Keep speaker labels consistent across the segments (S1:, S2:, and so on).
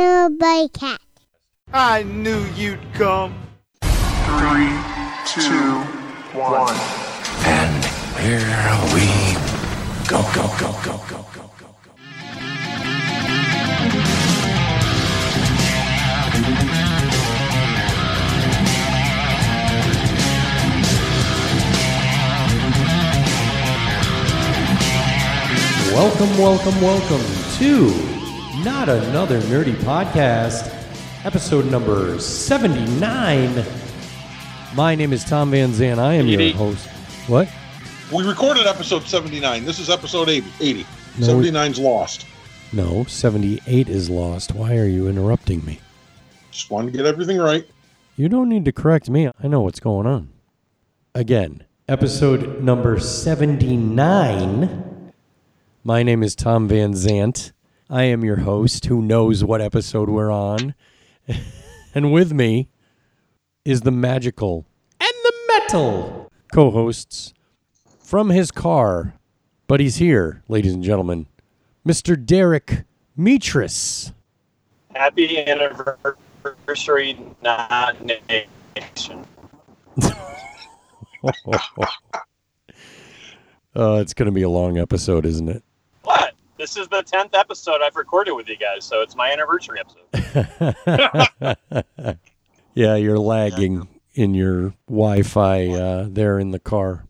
S1: Alley Cat.
S2: I knew you'd come.
S3: Three, two, one.
S4: And here we go, go, go, go, go, go, go, go.
S5: Welcome, welcome, welcome to Not Another Nerdy Podcast, episode number 79. My name is Tom Van Zan. I am your
S6: Eighty.
S5: host. What?
S6: We recorded episode 79. This is episode 80. 80.
S5: No, we-
S6: 79's lost.
S5: No, 78 is lost. Why are you interrupting me?
S6: Just wanted to get everything right.
S5: You don't need to correct me. I know what's going on. Again, episode number 79. My name is Tom Van Zant. I am your host who knows what episode we're on. and with me is the magical and the metal co hosts from his car. But he's here, ladies and gentlemen, Mr. Derek Mitris.
S7: Happy anniversary, not nation.
S5: Uh, it's going to be a long episode, isn't it?
S7: What? This is the tenth episode I've recorded with you guys, so it's my anniversary episode.
S5: Yeah, you're lagging in your Wi-Fi uh, there in the car.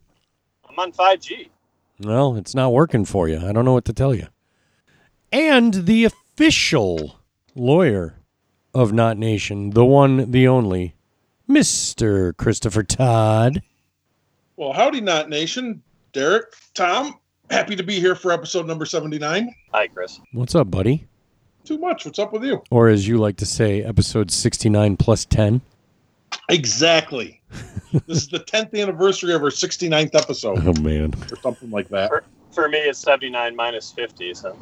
S7: I'm on 5G.
S5: Well, it's not working for you. I don't know what to tell you. And the official lawyer of Not Nation, the one, the only, Mister Christopher Todd.
S6: Well, howdy, Not Nation. Derek, Tom, happy to be here for episode number 79.
S7: Hi, Chris.
S5: What's up, buddy?
S6: Too much. What's up with you?
S5: Or as you like to say, episode sixty-nine plus ten.
S6: Exactly. this is the 10th anniversary of our 69th episode
S5: Oh man,
S6: or something like that.
S7: For me, it's 79 minus 50, so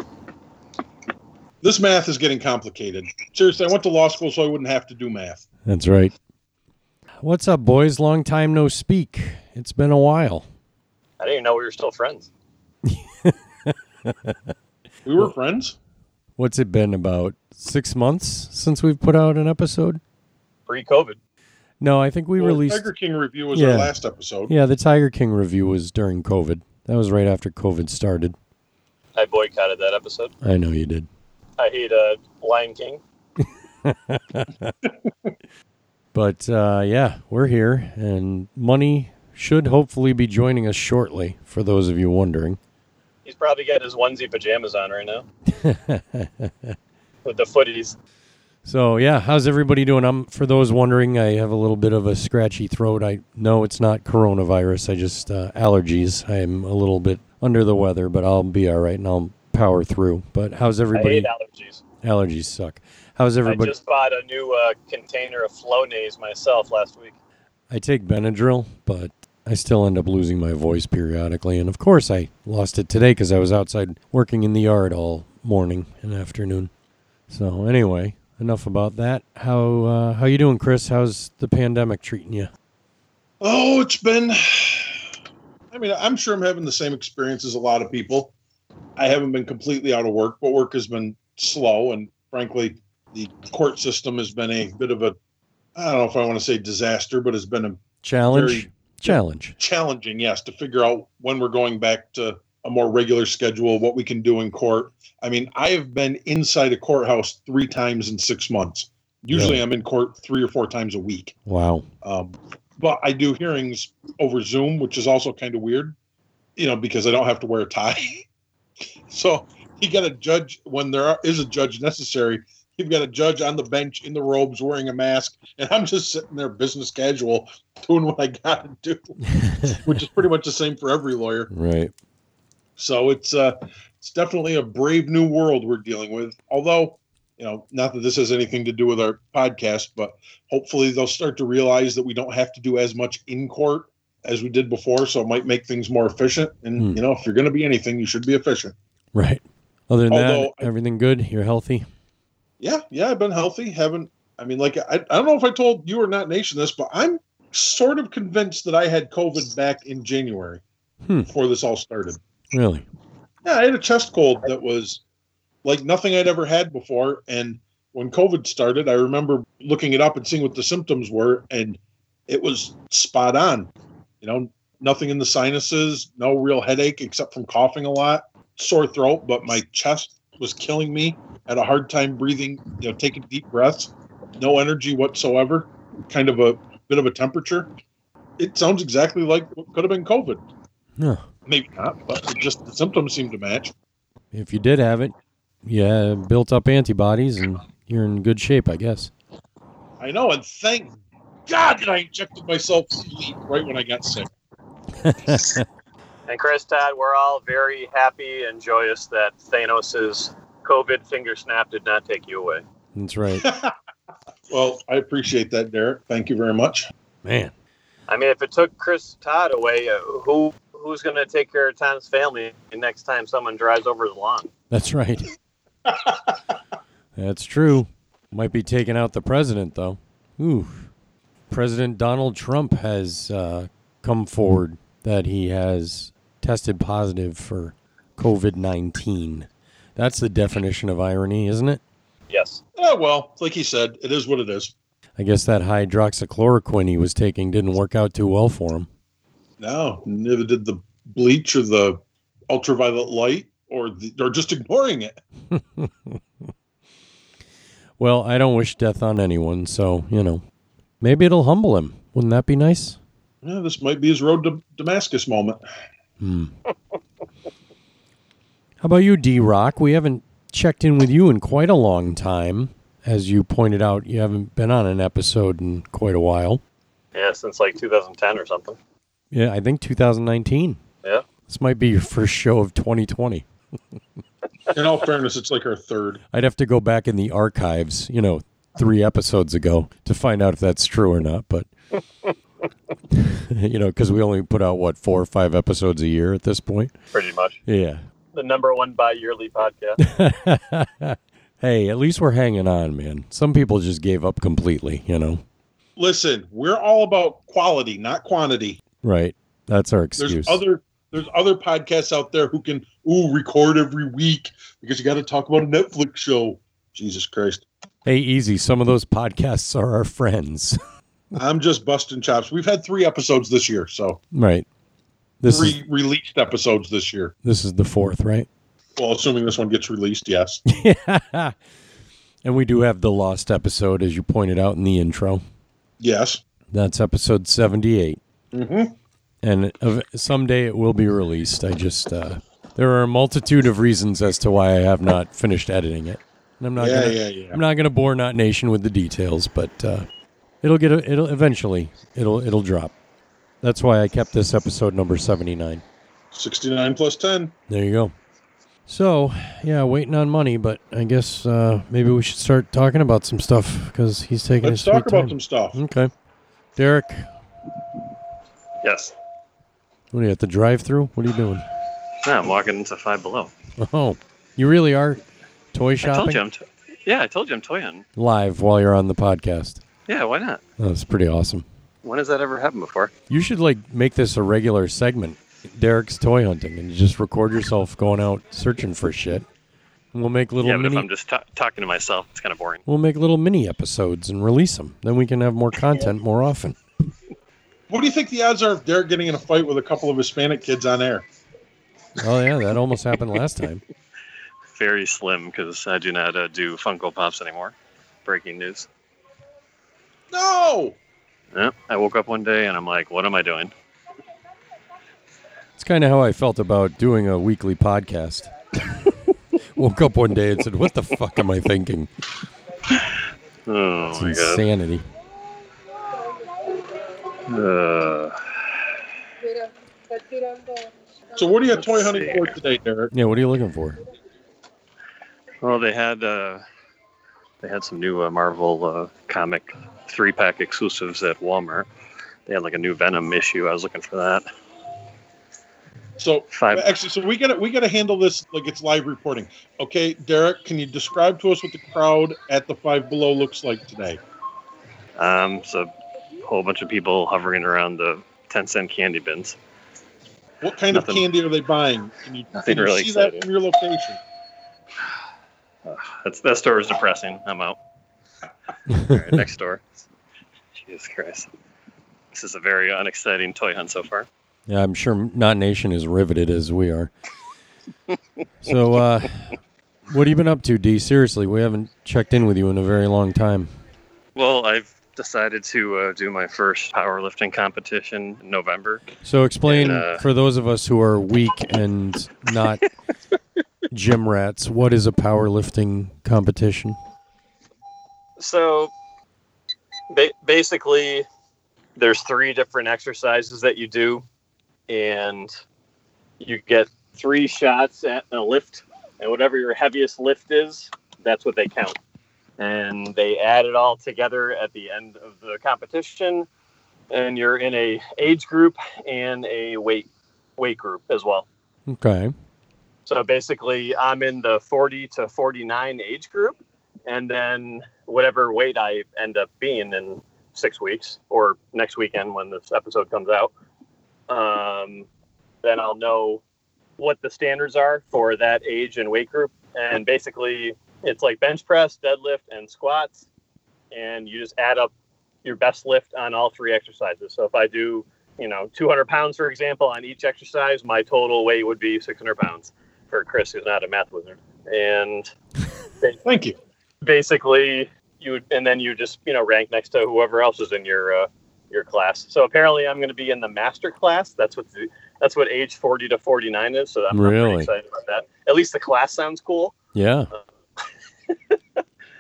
S6: This math is getting complicated. Seriously, I went to law school so I wouldn't have to do math.
S5: that's right. What's up, boys? Long time no speak. It's been a while.
S7: I didn't even know we were still friends.
S6: We were friends.
S5: What's it been about six months since we've put out an episode?
S7: Pre-COVID.
S5: No, I think we
S6: Well,
S5: released.
S6: Tiger King review was
S5: Yeah.
S6: our last episode.
S5: Yeah, the Tiger King review was during COVID. That was right after COVID started.
S7: I boycotted that episode.
S5: I know you did,
S7: I hate uh, Lion King.
S5: but uh, yeah, we're here, and money should hopefully be joining us shortly. For those of you wondering,
S7: He's probably got his onesie pajamas on right now. with the footies.
S5: so yeah, how's everybody doing? I'm for those wondering, I have a little bit of a scratchy throat. I know it's not coronavirus. I just uh, allergies. I'm a little bit under the weather, but I'll be all right, and I'll power through. But how's
S7: I
S5: everybody?
S7: hate allergies.
S5: Allergies suck. How's everybody?
S7: I just bought a new uh, container of Flonase myself last week.
S5: I take Benadryl, but I still end up losing my voice periodically. And of course, I lost it today because I was outside working in the yard all morning and afternoon. So anyway, enough about that. How uh, how you doing, Chris? How's the pandemic treating you?
S6: Oh, it's been. I mean, I'm sure I'm having the same experience as a lot of people. I haven't been completely out of work, but work has been slow, and frankly, the court system has been a bit of a. I don't know if I want to say disaster, but it's been a
S5: Challenge,
S6: Very-
S5: challenge.
S6: challenging, yes, to figure out when we're going back to a more regular schedule, what we can do in court. I mean, I have been inside a courthouse three times in six months. Usually,
S5: Really?
S6: I'm in court three or four times a week.
S5: Wow.
S6: Um, but I do hearings over Zoom, which is also kind of weird, you know, because I don't have to wear a tie. so you got a judge when there are, is a judge necessary. You've got a judge on the bench in the robes wearing a mask, and I'm just sitting there business casual doing what I got to do, which is pretty much the same for every lawyer.
S5: Right.
S6: So it's uh, it's definitely a brave new world we're dealing with. Although, you know, not that this has anything to do with our podcast, but hopefully they'll start to realize that we don't have to do as much in court as we did before. So it might make things more efficient. And
S5: Hmm.
S6: you know, if you're going to be anything, you should be efficient.
S5: Right. Other than that,
S6: Although I-
S5: everything good. You're healthy.
S6: Yeah, yeah, I've been healthy. Haven't I mean, like I, I don't know if I told you or not, Nation, this, but I'm sort of convinced that I had COVID back in January
S5: Hmm.
S6: before this all started.
S5: Really.
S6: Yeah, I had a chest cold that was like nothing I'd ever had before, and when COVID started, I remember looking it up and seeing what the symptoms were, and it was spot on. You know, nothing in the sinuses, no real headache except from coughing a lot, sore throat, but my chest was killing me. Had a hard time breathing, you know, taking deep breaths, no energy whatsoever, kind of a bit of a temperature. It sounds exactly like what could have been COVID.
S5: Huh.
S6: Maybe not, but it just the symptoms seem to match.
S5: If you did have it, yeah, built up antibodies and you're in good shape, I guess.
S6: I know, and thank God that I injected myself with Elite right when I got sick.
S7: And Chris Todd, we're all very happy and joyous that Thanos' COVID finger snap did not take you away.
S5: That's right.
S6: Well, I appreciate that, Derek. Thank you very much.
S5: Man.
S7: I mean, if it took Chris Todd away, uh, who who's going to take care of Tom's family next time someone drives over his lawn?
S5: That's right. That's true. Might be taking out the president, though. Ooh. President Donald Trump has uh, come forward that he has tested positive for COVID 19. That's the definition of irony, isn't it?
S7: Yes.
S6: Oh well, like he said, it is what it is.
S5: I guess that hydroxychloroquine he was taking didn't work out too well for him.
S6: No, neither did the bleach or the ultraviolet light or the, or just ignoring it.
S5: Well, I don't wish death on anyone, so, you know, maybe it'll humble him. Wouldn't that be nice?
S6: Yeah, this might be his road to Damascus moment.
S5: How about you, D Rock? We haven't checked in with you in quite a long time. As you pointed out, you haven't been on an episode in quite a while.
S7: Yeah, since like 2010 or something.
S5: Yeah, I think 2019.
S7: Yeah.
S5: This might be your first show of 2020.
S6: In all fairness, it's like our third.
S5: I'd have to go back in the archives, you know, three episodes ago to find out if that's true or not. But, you know, because we only put out, what, four or five episodes a year at this point?
S7: Pretty much.
S5: Yeah.
S7: The number one bi yearly podcast.
S5: hey, at least we're hanging on, man. Some people just gave up completely, you know?
S6: Listen, we're all about quality, not quantity.
S5: Right. That's our
S6: There's
S5: excuse.
S6: other there's other podcasts out there who can ooh record every week because you got to talk about a Netflix show. Jesus Christ.
S5: hey, easy. Some of those podcasts are our friends.
S6: I'm just busting chops. We've had 3 episodes this year, so
S5: right. This is,
S6: 3 released episodes this year.
S5: this is the fourth, right?
S6: Well, assuming this one gets released, yes.
S5: and we do have the lost episode, as you pointed out in the intro.
S6: yes.
S5: That's episode 78.
S6: Mhm.
S5: And ev- someday it will be released. I just, uh, there are a multitude of reasons as to why I have not finished editing it. And I'm not
S6: Yeah,
S5: gonna,
S6: yeah, yeah.
S5: I'm not going to bore Not Nation with the details, but uh, it'll get, a, it'll eventually, it'll, it'll drop. That's why I kept this episode number 79.
S6: 69 plus 10.
S5: There you go. So, yeah, waiting on money, but I guess uh, maybe we should start talking about some stuff because he's taking
S6: Let's
S5: his
S6: talk
S5: sweet
S6: about some stuff.
S5: time. Okay, Derek,
S7: yes.
S5: what are you at the drive-through? What are you doing?
S7: No, I'm walking into Five Below.
S5: Oh, you really are toy
S7: I told
S5: shopping
S7: you I'm. To- yeah, I told you I'm toying.
S5: live while you're on the podcast.
S7: Yeah, why not?
S5: That's pretty awesome.
S7: When has that ever happened before?
S5: You should like make this a regular segment, Derek's toy hunting, and just record yourself going out searching for shit. And we'll make little
S7: yeah, but if
S5: mini.
S7: I'm just ta- talking to myself, it's kind of boring.
S5: We'll make little mini episodes and release them. Then we can have more content more often.
S6: What do you think the odds are of Derek getting in a fight with a couple of Hispanic kids on air?
S5: Oh yeah, that almost happened last time.
S7: Very slim because I do not uh, do Funko Pops anymore. Breaking news.
S6: No!
S7: Yeah, I woke up one day and I'm like, what am I doing?
S5: It's kind of how I felt about doing a weekly podcast. Woke up one day and said, "What the fuck am I thinking?"
S7: Oh
S5: It's
S7: my god.
S5: insanity.
S7: Uh,
S6: So what are you toy hunting
S7: see
S6: for
S7: here.
S6: today, Derek?
S5: Yeah, what are you looking for?
S7: well, they had uh, they had some new uh, Marvel uh, comic three pack exclusives at Walmart. They had like a new Venom issue. I was looking for that.
S6: So
S7: Five.
S6: actually, so we gotta we gotta handle this like it's live reporting. Okay, Derek, can you describe to us what the crowd at the Five Below looks like today?
S7: Um, it's a whole bunch of people hovering around the ten cent candy bins.
S6: What kind of
S7: Nothing.
S6: candy are they buying? Can you,
S7: Nothing
S6: can you
S7: really
S6: see that
S7: exciting.
S6: from your location?
S7: Ugh, that's that store is depressing. I'm out. All right, next door. Jesus Christ. This is a very unexciting toy hunt so far.
S5: Yeah, I'm sure Not Nation is riveted as we are. so, uh, what have you been up to, D? Seriously, we haven't checked in with you in a very long time.
S7: Well, I've decided to uh, do my first powerlifting competition in November.
S5: So, explain
S7: And, uh,
S5: for those of us who are weak and not gym rats, what is a powerlifting competition?
S7: So ba- basically, there's three different exercises that you do, and you get three shots at a lift, and whatever your heaviest lift is, that's what they count. And they add it all together at the end of the competition, and you're in a age group and a weight weight group as well.
S5: Okay.
S7: So basically, I'm in the 40 to 49 age group, and then whatever weight I end up being in six weeks or next weekend when this episode comes out, um, then I'll know what the standards are for that age and weight group. And basically, it's like bench press, deadlift, and squats, and you just add up your best lift on all three exercises. So if I do, you know, 200 pounds, for example, on each exercise, my total weight would be 600 pounds for Chris, who's not a math wizard. And
S6: Thank you.
S7: basically, you would, and then you just you know rank next to whoever else is in your uh, your class. So apparently, I'm going to be in the master class. That's what the, that's what age 40 to 49 is. So I'm I'm pretty
S5: Really?
S7: excited about that. At least the class sounds cool.
S5: Yeah.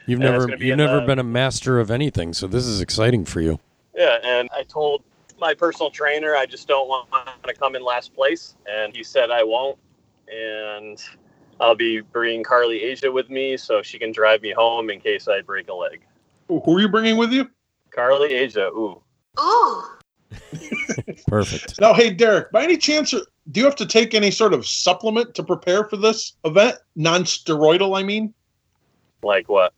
S5: You've
S7: Yeah, it's
S5: never
S7: gonna be
S5: you've
S7: in
S5: never
S7: the-
S5: been a master of anything, so this is exciting for you.
S7: Yeah, and I told my personal trainer I just don't want to come in last place, and he said I won't, and I'll be bringing Carly Asia with me so she can drive me home in case I break a leg.
S6: Who who are you bringing with you?
S7: Carly Asia, ooh,
S5: Perfect.
S6: Now, hey, Derek, by any chance, are- do you have to take any sort of supplement to prepare for this event? Non steroidal, I mean?
S7: like what?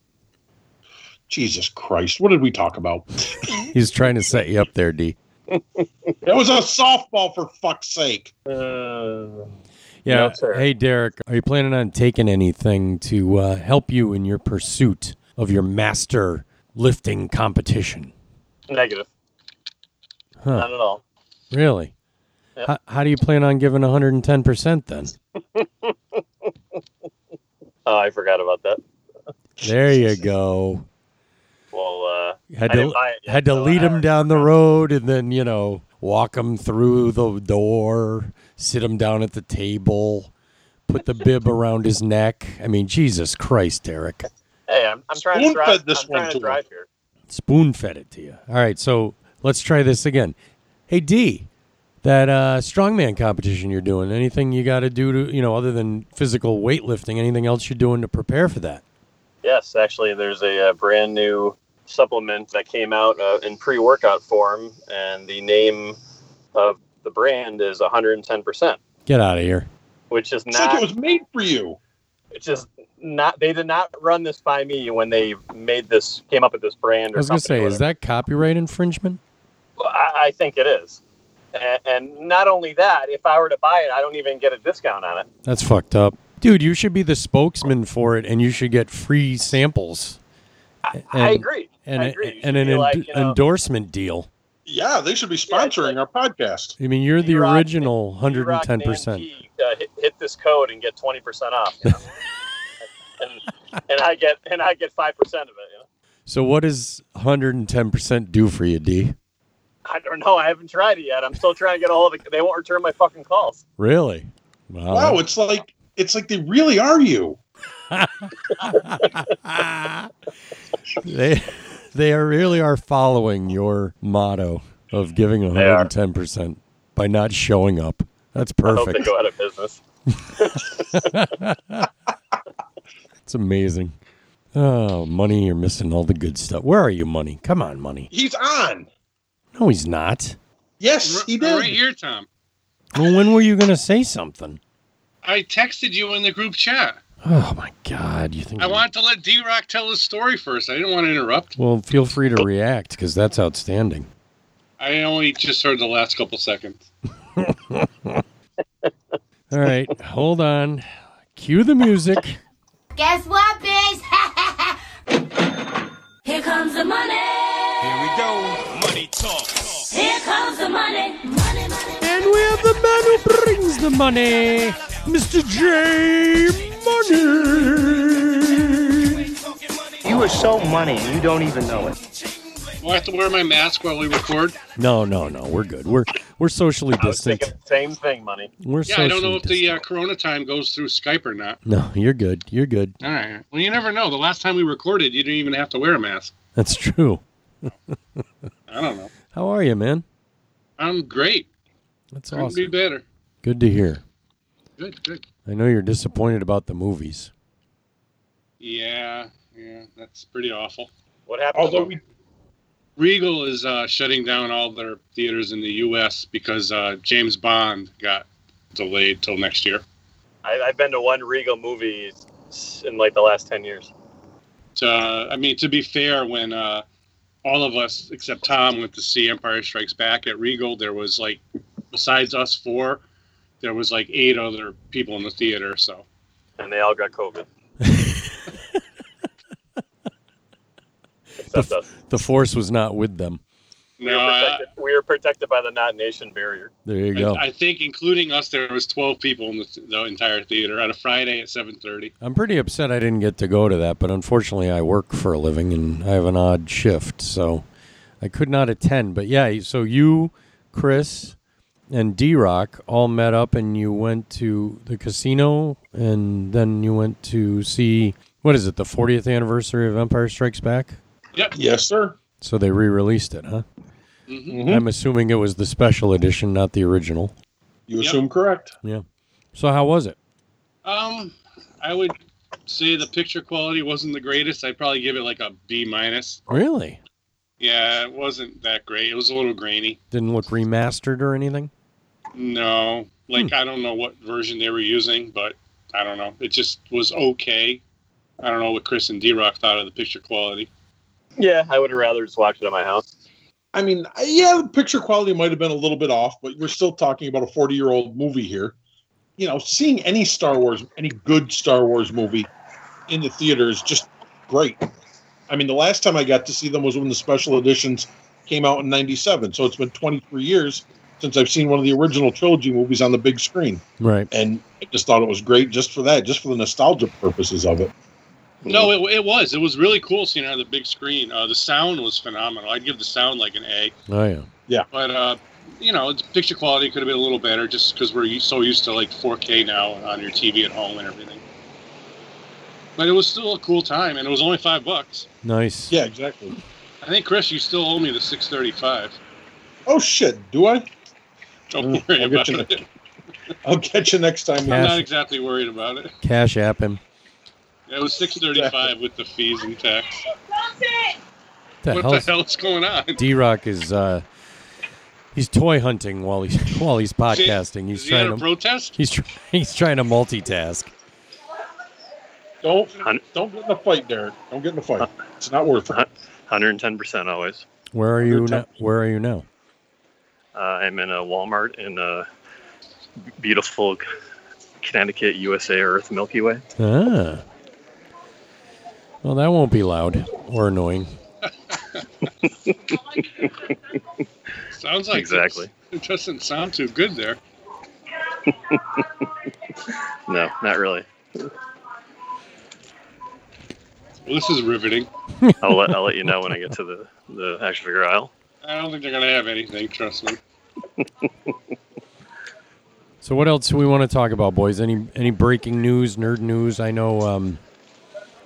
S6: Jesus Christ, what did we talk about?
S5: He's trying to set you up there, D.
S6: That was a softball, for fuck's sake.
S7: Uh,
S5: Yeah.
S7: No, sir.
S5: hey, Derek, are you planning on taking anything to uh, help you in your pursuit of your master lifting competition?
S7: negative.
S5: Huh.
S7: Not at all.
S5: Really?
S7: Yep.
S5: How, how do you plan on giving 110% then?
S7: Oh, I forgot about that.
S5: There you go.
S7: Well, uh,
S5: Had
S7: I didn't
S5: to,
S7: buy it yet,
S5: had to
S7: so
S5: lead
S7: I
S5: him
S7: already-
S5: down the road and then, you know, walk him through the door, sit him down at the table, put the bib around his neck. I mean, Jesus Christ, Derek.
S7: Hey, I'm, I'm trying to
S6: Spoon
S7: drive.
S6: fed this
S7: I'm
S6: one
S7: trying
S6: to
S7: to
S6: him.
S7: drive here.
S5: spoon fed it to you. All right, so let's try this again. Hey D, that uh, strongman competition you're doing. Anything you got to do to you know other than physical weightlifting? Anything else you're doing to prepare for that?
S7: Yes, actually, there's a, uh brand new supplement that came out uh, in pre-workout form, and the name of the brand is 110%,
S5: Get out of here.
S7: which is
S6: It's like it
S7: not.
S6: was made for you.
S7: It's just not. They did not run this by me when they made this, came up with this brand.
S5: I
S7: Or
S5: was gonna
S7: company,
S5: say, is
S7: whatever.
S5: that copyright infringement?
S7: Well, I, I think it is. And, and not only that, if I were to buy it, I don't even get a discount on it.
S5: That's fucked up, dude. You should be the spokesman for it, and you should get free samples
S7: I
S5: And-
S7: agree.
S5: and,
S7: I
S5: a-
S7: agree. You
S5: and
S7: should
S5: an
S7: be
S5: end-
S7: like, you know-
S5: endorsement deal.
S6: Yeah, they should be
S7: Yeah, it's
S6: sponsoring our podcast.
S5: I mean, you're the
S7: D-Rock-
S5: original
S7: Rock
S5: 110
S7: Dan
S5: percent.
S7: P, Uh, hit, hit this code and get twenty percent off. You know? and, and I get and I get five percent of it. You know?
S5: So, what does 110 percent do for you, D?
S7: I don't know. I haven't tried it yet. I'm still trying to get a hold of it. They won't return my fucking calls.
S5: Really? Wow.
S6: Wow, it's like it's like they really are you.
S5: they they are really are following your motto of giving
S7: They are.
S5: 110% by not showing up. That's
S7: I hope they
S5: perfect.
S7: go out of business.
S5: It's amazing. Oh, money, you're missing all the good stuff. Where are you, money? Come on, money.
S6: He's on.
S5: No, he's not.
S6: Yes, he
S1: I'm
S6: did.
S1: Right here, Tom.
S5: Well, when were you going to say something?
S1: I texted you in the group chat.
S5: Oh my god, you think
S1: I wanted to let D Rock tell his story first. I didn't want to interrupt.
S5: Well, feel free to react cuz that's outstanding.
S1: I only just heard the last couple seconds.
S5: All right, hold on. Cue the music.
S8: Guess what, bitch? Here comes the money.
S9: Here we go. Money talk.
S8: Here comes the money. Money, money.
S5: And we have the man who brings the money, Mr. J Money.
S10: You are so money, you don't even know it.
S1: Do I have to wear my mask while we record?
S5: No, no, no. We're good. We're we're socially
S7: I was thinking
S5: distant.
S7: the same thing, money.
S5: We're
S1: Yeah,
S5: socially
S1: I don't know if the uh,
S5: distant.
S1: Corona time goes through Skype or not.
S5: No, you're good. You're good.
S1: All right. Well, you never know. The last time we recorded, you didn't even have to wear a mask.
S5: That's true.
S1: I don't know.
S5: How are you, man?
S1: I'm great.
S5: That's
S1: Couldn't be
S5: awesome.
S1: better.
S5: Good to hear.
S1: Good, good.
S5: I know you're disappointed about the movies.
S1: Yeah, yeah. That's pretty awful.
S7: What happened?
S6: Although we
S1: Regal is uh, shutting down all their theaters in the U.S. because uh, James Bond got delayed till next year.
S7: I, I've been to one Regal movie s- in like the last ten years.
S1: So, uh, I mean, to be fair, when uh, all of us except Tom went to see Empire Strikes Back at Regal, there was like, besides us four, there was like eight other people in the theater. So,
S7: and they all got COVID. Except us.
S5: The force was not with them.
S7: We,
S1: No,
S7: were
S1: I-
S7: protected, we were protected by the not nation barrier.
S5: There you go.
S1: I, I think including us, there was twelve people in the, the entire theater on a Friday at seven thirty.
S5: I'm pretty upset I didn't get to go to that, but unfortunately I work for a living and I have an odd shift, so I could not attend. But yeah, so you, Chris, and D Rock all met up and you went to the casino and then you went to see what is it, the 40th anniversary of Empire Strikes Back?
S6: yes, sir.
S5: So they re released it, huh?
S1: Mm-hmm.
S6: Mhm.
S5: I'm assuming it was the special edition, not the original.
S6: You
S1: Yep.
S6: assume correct.
S5: So how was it?
S1: Um, I would say the picture quality wasn't the greatest. I'd probably give it like a B minus.
S5: Really?
S1: Yeah, it wasn't that great. It was a little grainy.
S5: Didn't look remastered or anything?
S1: No, like I don't know what version they were using, but I don't know. It just was okay. I don't know what Chris and D Rock thought of the picture quality.
S7: Yeah, I would have rather just watched it at my house.
S6: I mean, I- yeah, the picture quality might have been a little bit off, but we're still talking about a 40 year old movie here. You know, seeing any Star Wars, any good Star Wars movie in the theater is just great. I mean, the last time I got to see them was when the special editions came out in 97. So it's been 23 years since I've seen one of the original trilogy movies on the big screen.
S5: Right.
S6: And I just thought it was great just for that, just for the nostalgia purposes of it. Hmm.
S1: No, it, it was. It was really cool seeing it on the big screen. Uh, the sound was phenomenal. I'd give the sound like an A.
S5: Oh yeah.
S1: But uh, you know, the picture quality could have been a little better just because we're u- so used to like 4K now on your TV at home and everything. But it was still a cool time, and it was only five bucks.
S5: Nice.
S6: Yeah, exactly.
S1: I think Chris, you still owe me the 635.
S6: Oh, shit. Do I?
S1: Don't
S6: Mm,
S1: worry
S6: I'll
S1: about
S6: get you
S1: it.
S6: I'll catch you next time.
S1: I'm
S5: Yeah.
S1: not exactly worried about it.
S5: Cash app him.
S1: It was 635 with the fees and tax.
S5: The
S1: what
S5: hell's-
S1: the hell is going on?
S5: D Rock is uh, he's toy hunting while he's while he's podcasting. He's
S1: is he at
S5: trying
S1: a
S5: to
S1: protest?
S5: he's tr- he's trying to multitask.
S6: Don't
S7: Hun-
S6: don't get in a fight, Derek. Don't get in a fight. It's not worth it.
S7: Hun- 110% always.
S5: Where are you
S6: Under
S5: now?
S6: temp-
S5: Where are you now?
S7: Uh, I'm in a Walmart in a beautiful Connecticut, USA Earth Milky Way.
S5: Ah. Well, that won't be loud or annoying.
S1: Sounds like
S7: Exactly.
S1: It doesn't sound too good there.
S7: No, not really.
S1: Well, this is riveting.
S7: I'll let, I'll let you know when I get to the, the action figure aisle.
S1: I don't think they're gonna have anything. Trust me.
S5: So, what else do we want to talk about, boys? Any any breaking news, nerd news? I know um,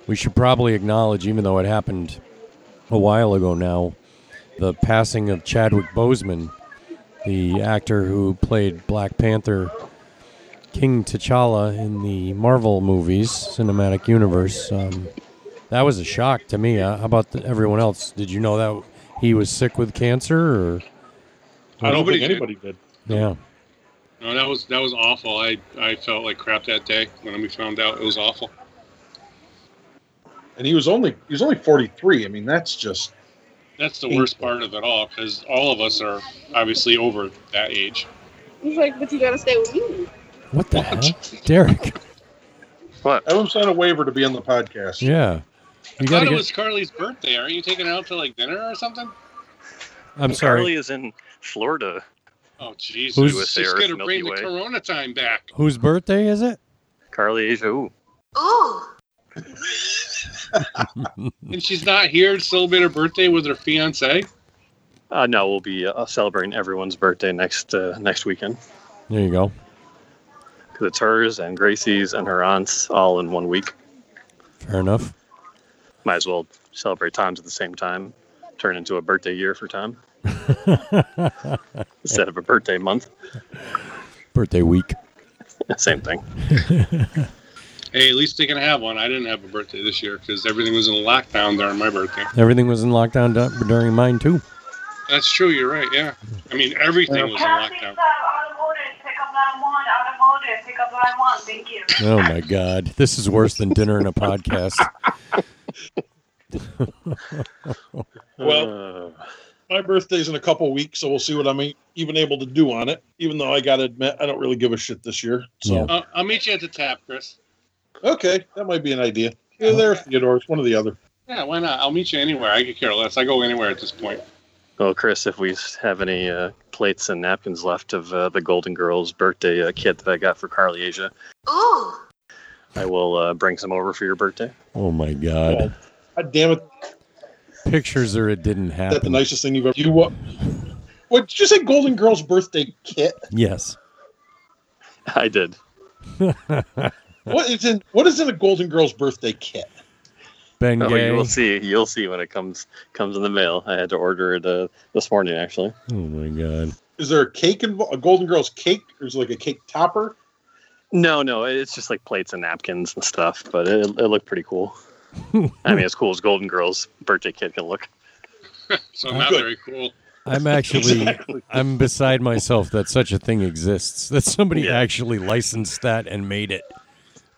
S5: we should probably acknowledge, even though it happened a while ago now, the passing of Chadwick Boseman, the actor who played Black Panther King T'Challa in the Marvel movies cinematic universe. Um, that was a shock to me. Uh, how about the, everyone else? Did you know that he was sick with cancer? Or
S6: I don't
S1: Nobody
S6: think
S1: did.
S6: anybody did.
S5: yeah,
S1: No, that was that was awful. I I felt like crap that day when we found out it was awful.
S6: And he was only he was only forty three. I mean, that's just
S1: That's the worst part of it all because all of us are obviously over that age.
S11: He's like, but you gotta stay with me.
S5: what the hell, Derek?
S7: What?
S6: Everyone sign a waiver to be on the podcast.
S5: Yeah.
S1: I
S5: You
S1: thought
S5: gotta
S1: it
S5: get,
S1: was Carly's birthday. Are you taking her out to like dinner or something?
S5: I'm sorry.
S7: Charlie is in Florida.
S1: Oh, jeez.
S5: Who's-
S1: She's
S7: Sarah's
S1: going to
S7: Milky
S1: bring the
S7: Way.
S1: Corona time back.
S5: Whose birthday is it?
S7: Carly Asia. Ooh.
S8: Ooh.
S1: And she's not here to celebrate her birthday with her fiance.
S7: Uh, no, we'll be uh, celebrating everyone's birthday next uh, next weekend
S5: There you go.
S7: because it's hers and Gracie's and her aunt's all in one week.
S5: Fair enough.
S7: Might as well celebrate Tom's at the same time. Turn into a birthday year for Tom instead of a birthday month.
S5: birthday week.
S7: Same thing.
S1: Hey, at least they can have one. I didn't have a birthday this year because everything was in lockdown during my birthday.
S5: Everything was in lockdown du- during mine too.
S1: That's true. You're right. Yeah. I mean, everything was in lockdown.
S11: automotive, pick up line one, automotive, pick up line one, thank you.
S5: Oh my God. This is worse than dinner and a podcast.
S6: Well-
S7: Uh,
S6: My birthday's in a couple weeks, so we'll see what I'm e- even able to do on it. Even though I got to admit, I don't really give a shit this year. So,
S1: Uh, I'll meet you at the tap, Chris.
S6: okay, that might be an idea. Either there, or Theodore. It's one or the other.
S1: Yeah, why not? I'll meet you anywhere. I could care less. I go anywhere at this point.
S7: Well, Chris, if we have any uh, plates and napkins left of uh, the Golden Girls birthday uh, kit that I got for Carly Asia,
S8: Ooh.
S7: I will uh, bring some over for your birthday.
S5: Oh my God.
S6: God damn it!
S5: Pictures are it didn't
S6: That's the
S5: happen.
S6: nicest thing you've ever. You what? What did you say? Golden Girls birthday kit.
S5: Yes.
S7: I did.
S6: What is in? What is in a Golden Girls birthday kit?
S5: Ben
S7: Oh,
S5: Gay.
S7: you will see. You'll see when it comes comes in the mail. I had to order it uh, this morning, actually.
S5: Oh my God.
S6: Is there a cake involved? A Golden Girls cake? Or is it like a cake topper?
S7: No, no, it's just like plates and napkins and stuff, but it, it looked pretty cool. I mean, as cool as Golden Girls birthday kid can look.
S1: So not
S6: Good.
S1: very cool.
S5: I'm actually, I'm beside myself that such a thing exists, that somebody
S7: Yeah.
S5: actually licensed that and made it.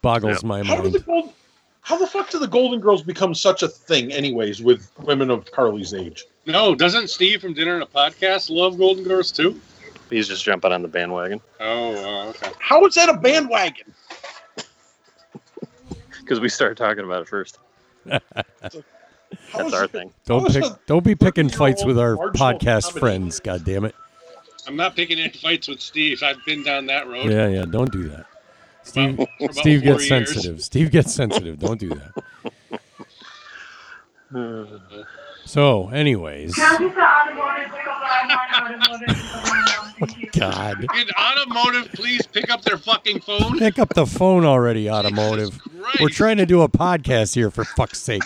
S5: Boggles my
S6: How did the
S5: mind.
S6: gold? How the fuck did the Golden Girls become such a thing, anyways, with women of Carly's age?
S1: No, doesn't Steve from Dinner and a Podcast love Golden Girls too?
S7: He's just jumping on the bandwagon
S1: Oh, uh, okay.
S6: How is that a bandwagon?
S7: because we started talking about it first.
S6: How
S7: That's
S6: is
S7: our
S6: it-
S7: thing.
S5: Don't
S6: was
S5: pick,
S6: the
S5: don't be picking fights with our
S6: 13-year-old
S5: podcast
S6: marginal
S5: friends. God damn it.
S1: I'm not picking any fights with Steve. I've been down that road.
S5: Yeah, yeah. Don't do that. Steve,
S1: Well, for about
S5: Steve
S1: four
S5: gets
S1: years.
S5: sensitive. Steve gets sensitive. Don't do that. So, anyways,
S11: County to automotive, pick up line one, automotive, pick up line one, thank you.
S5: God,
S1: Can automotive please pick up their fucking phone?
S5: pick up the phone already, automotive.
S1: Jesus Christ.
S5: We're trying to do a podcast here, for fuck's sake.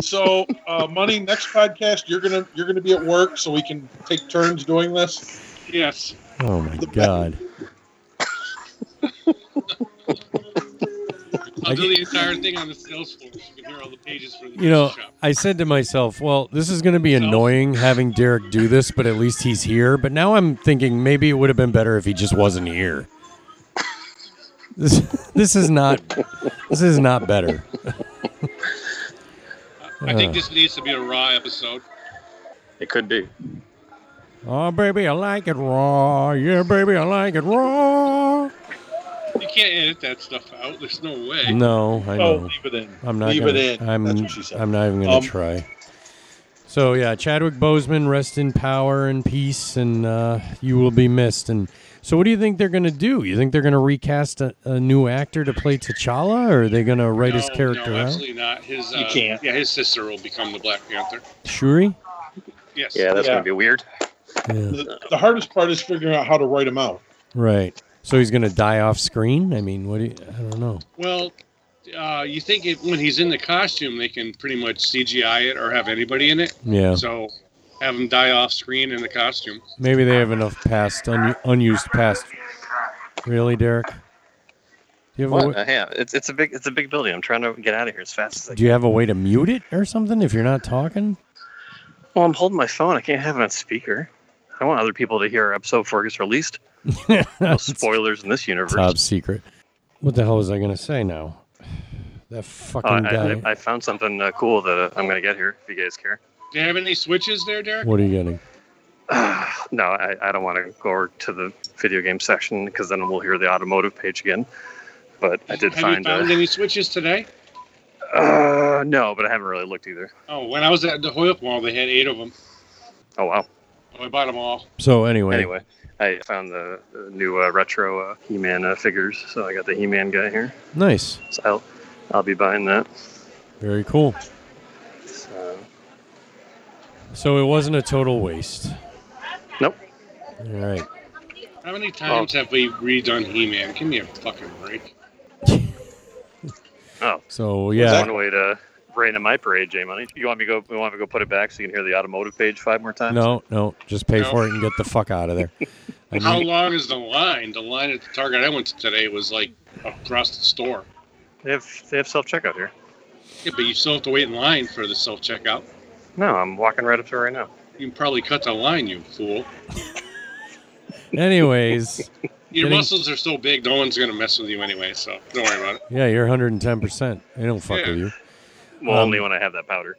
S6: So, uh, money. Next podcast, you're gonna you're gonna be at work, so we can take turns doing this.
S1: Yes.
S5: Oh my god.
S1: I'll
S5: I
S1: do
S5: get-
S1: the entire thing on the Salesforce. You can hear all the pages for the
S5: You know,
S1: shop.
S5: I said to myself, well, this is going to be annoying having Derek do this, but at least he's here. But now I'm thinking maybe it would have been better if he just wasn't here. This this is not this is not better.
S1: I
S5: uh.
S1: think this needs to be a raw episode.
S7: It could be.
S5: Oh baby, I like it raw. Yeah, baby, I like it raw.
S1: You can't edit that stuff out. There's no way.
S5: No, I
S6: Oh,
S5: know.
S6: leave it in.
S5: I'm not
S6: leave
S5: gonna,
S6: it in.
S5: I'm,
S6: That's what she said.
S5: I'm not even gonna
S6: Um,
S5: try. So yeah, Chadwick Boseman, rest in power and peace, and uh, you will be missed. And so, what do you think they're gonna do? You think they're gonna recast a, a new actor to play T'Challa, or are they gonna write his
S1: No,
S5: character
S1: no,
S5: out?
S1: absolutely not. His, uh,
S6: You can't.
S1: Yeah, his sister will become the Black Panther.
S5: Shuri?
S1: Yes.
S7: Yeah, that's
S6: Yeah.
S7: gonna be weird.
S5: Yeah,
S6: the, the hardest part is figuring out how to write them out.
S5: right. So he's gonna die off screen. I mean, what? Do you, I don't know.
S1: Well, uh, you think it, when he's in the costume, they can pretty much CGI it or have anybody in it.
S5: Yeah,
S1: So have him die off screen in the costume.
S5: maybe they have enough past un, unused past. Really, Derek? Do you have a
S7: What?
S5: wa-
S7: Uh, yeah, it's it's a big it's a big building. I'm trying to get out of here as fast as I
S5: Do you have a way to mute it or something if you're not talking?
S7: Well, I'm holding my phone. I can't have it on speaker. I want other people to hear our episode before it gets released. No spoilers in this universe.
S5: Top secret. What the hell was I gonna say now? That
S7: Oh,
S5: fucking
S7: I,
S5: guy.
S7: I, I found something uh, cool that uh, I'm going to get here if you guys care.
S1: Do you have any switches there, Derek?
S5: what are you getting?
S7: no, I, I don't want to go over to the video game section because then we'll hear the automotive page again.
S12: but I did
S1: Have
S12: find.
S1: you found
S12: a,
S1: any switches today?
S12: uh, no, but I haven't really looked either.
S1: Oh, when I was at the Hoyok Mall, they had eight of them.
S12: Oh wow.
S1: Oh, I bought them all.
S5: So anyway,
S12: Anyway, I found the, the new uh, retro uh, He-Man uh, figures, so I got the He-Man guy here.
S5: nice,
S12: So I'll, I'll be buying that.
S5: very cool.
S12: So,
S5: So it wasn't a total waste.
S12: Nope.
S5: All right.
S1: How many times have we redone He-Man? Give me a fucking break.
S12: oh,
S5: So
S12: That's
S5: yeah,
S12: one way to rain in my parade, J Money. You want me to go? You want me to go put it back so you can hear the automotive page five more times?
S5: no, no, just pay
S1: No.
S5: for it and get the fuck out of there. I
S1: How
S5: mean,
S1: long is the line? The line at the Target I went to today was like across the store.
S12: They have they have self checkout here.
S1: Yeah, but you still have to wait in line for the self checkout.
S12: No, I'm walking right up to it right now.
S1: You can probably cut the line, you fool.
S5: anyways,
S1: Your
S5: Getting-
S1: muscles are so big, no one's gonna mess with you anyway. So don't worry about it.
S5: yeah, you're 110. percent They don't fuck with you.
S12: Well,
S5: Um,
S12: only when I have that powder.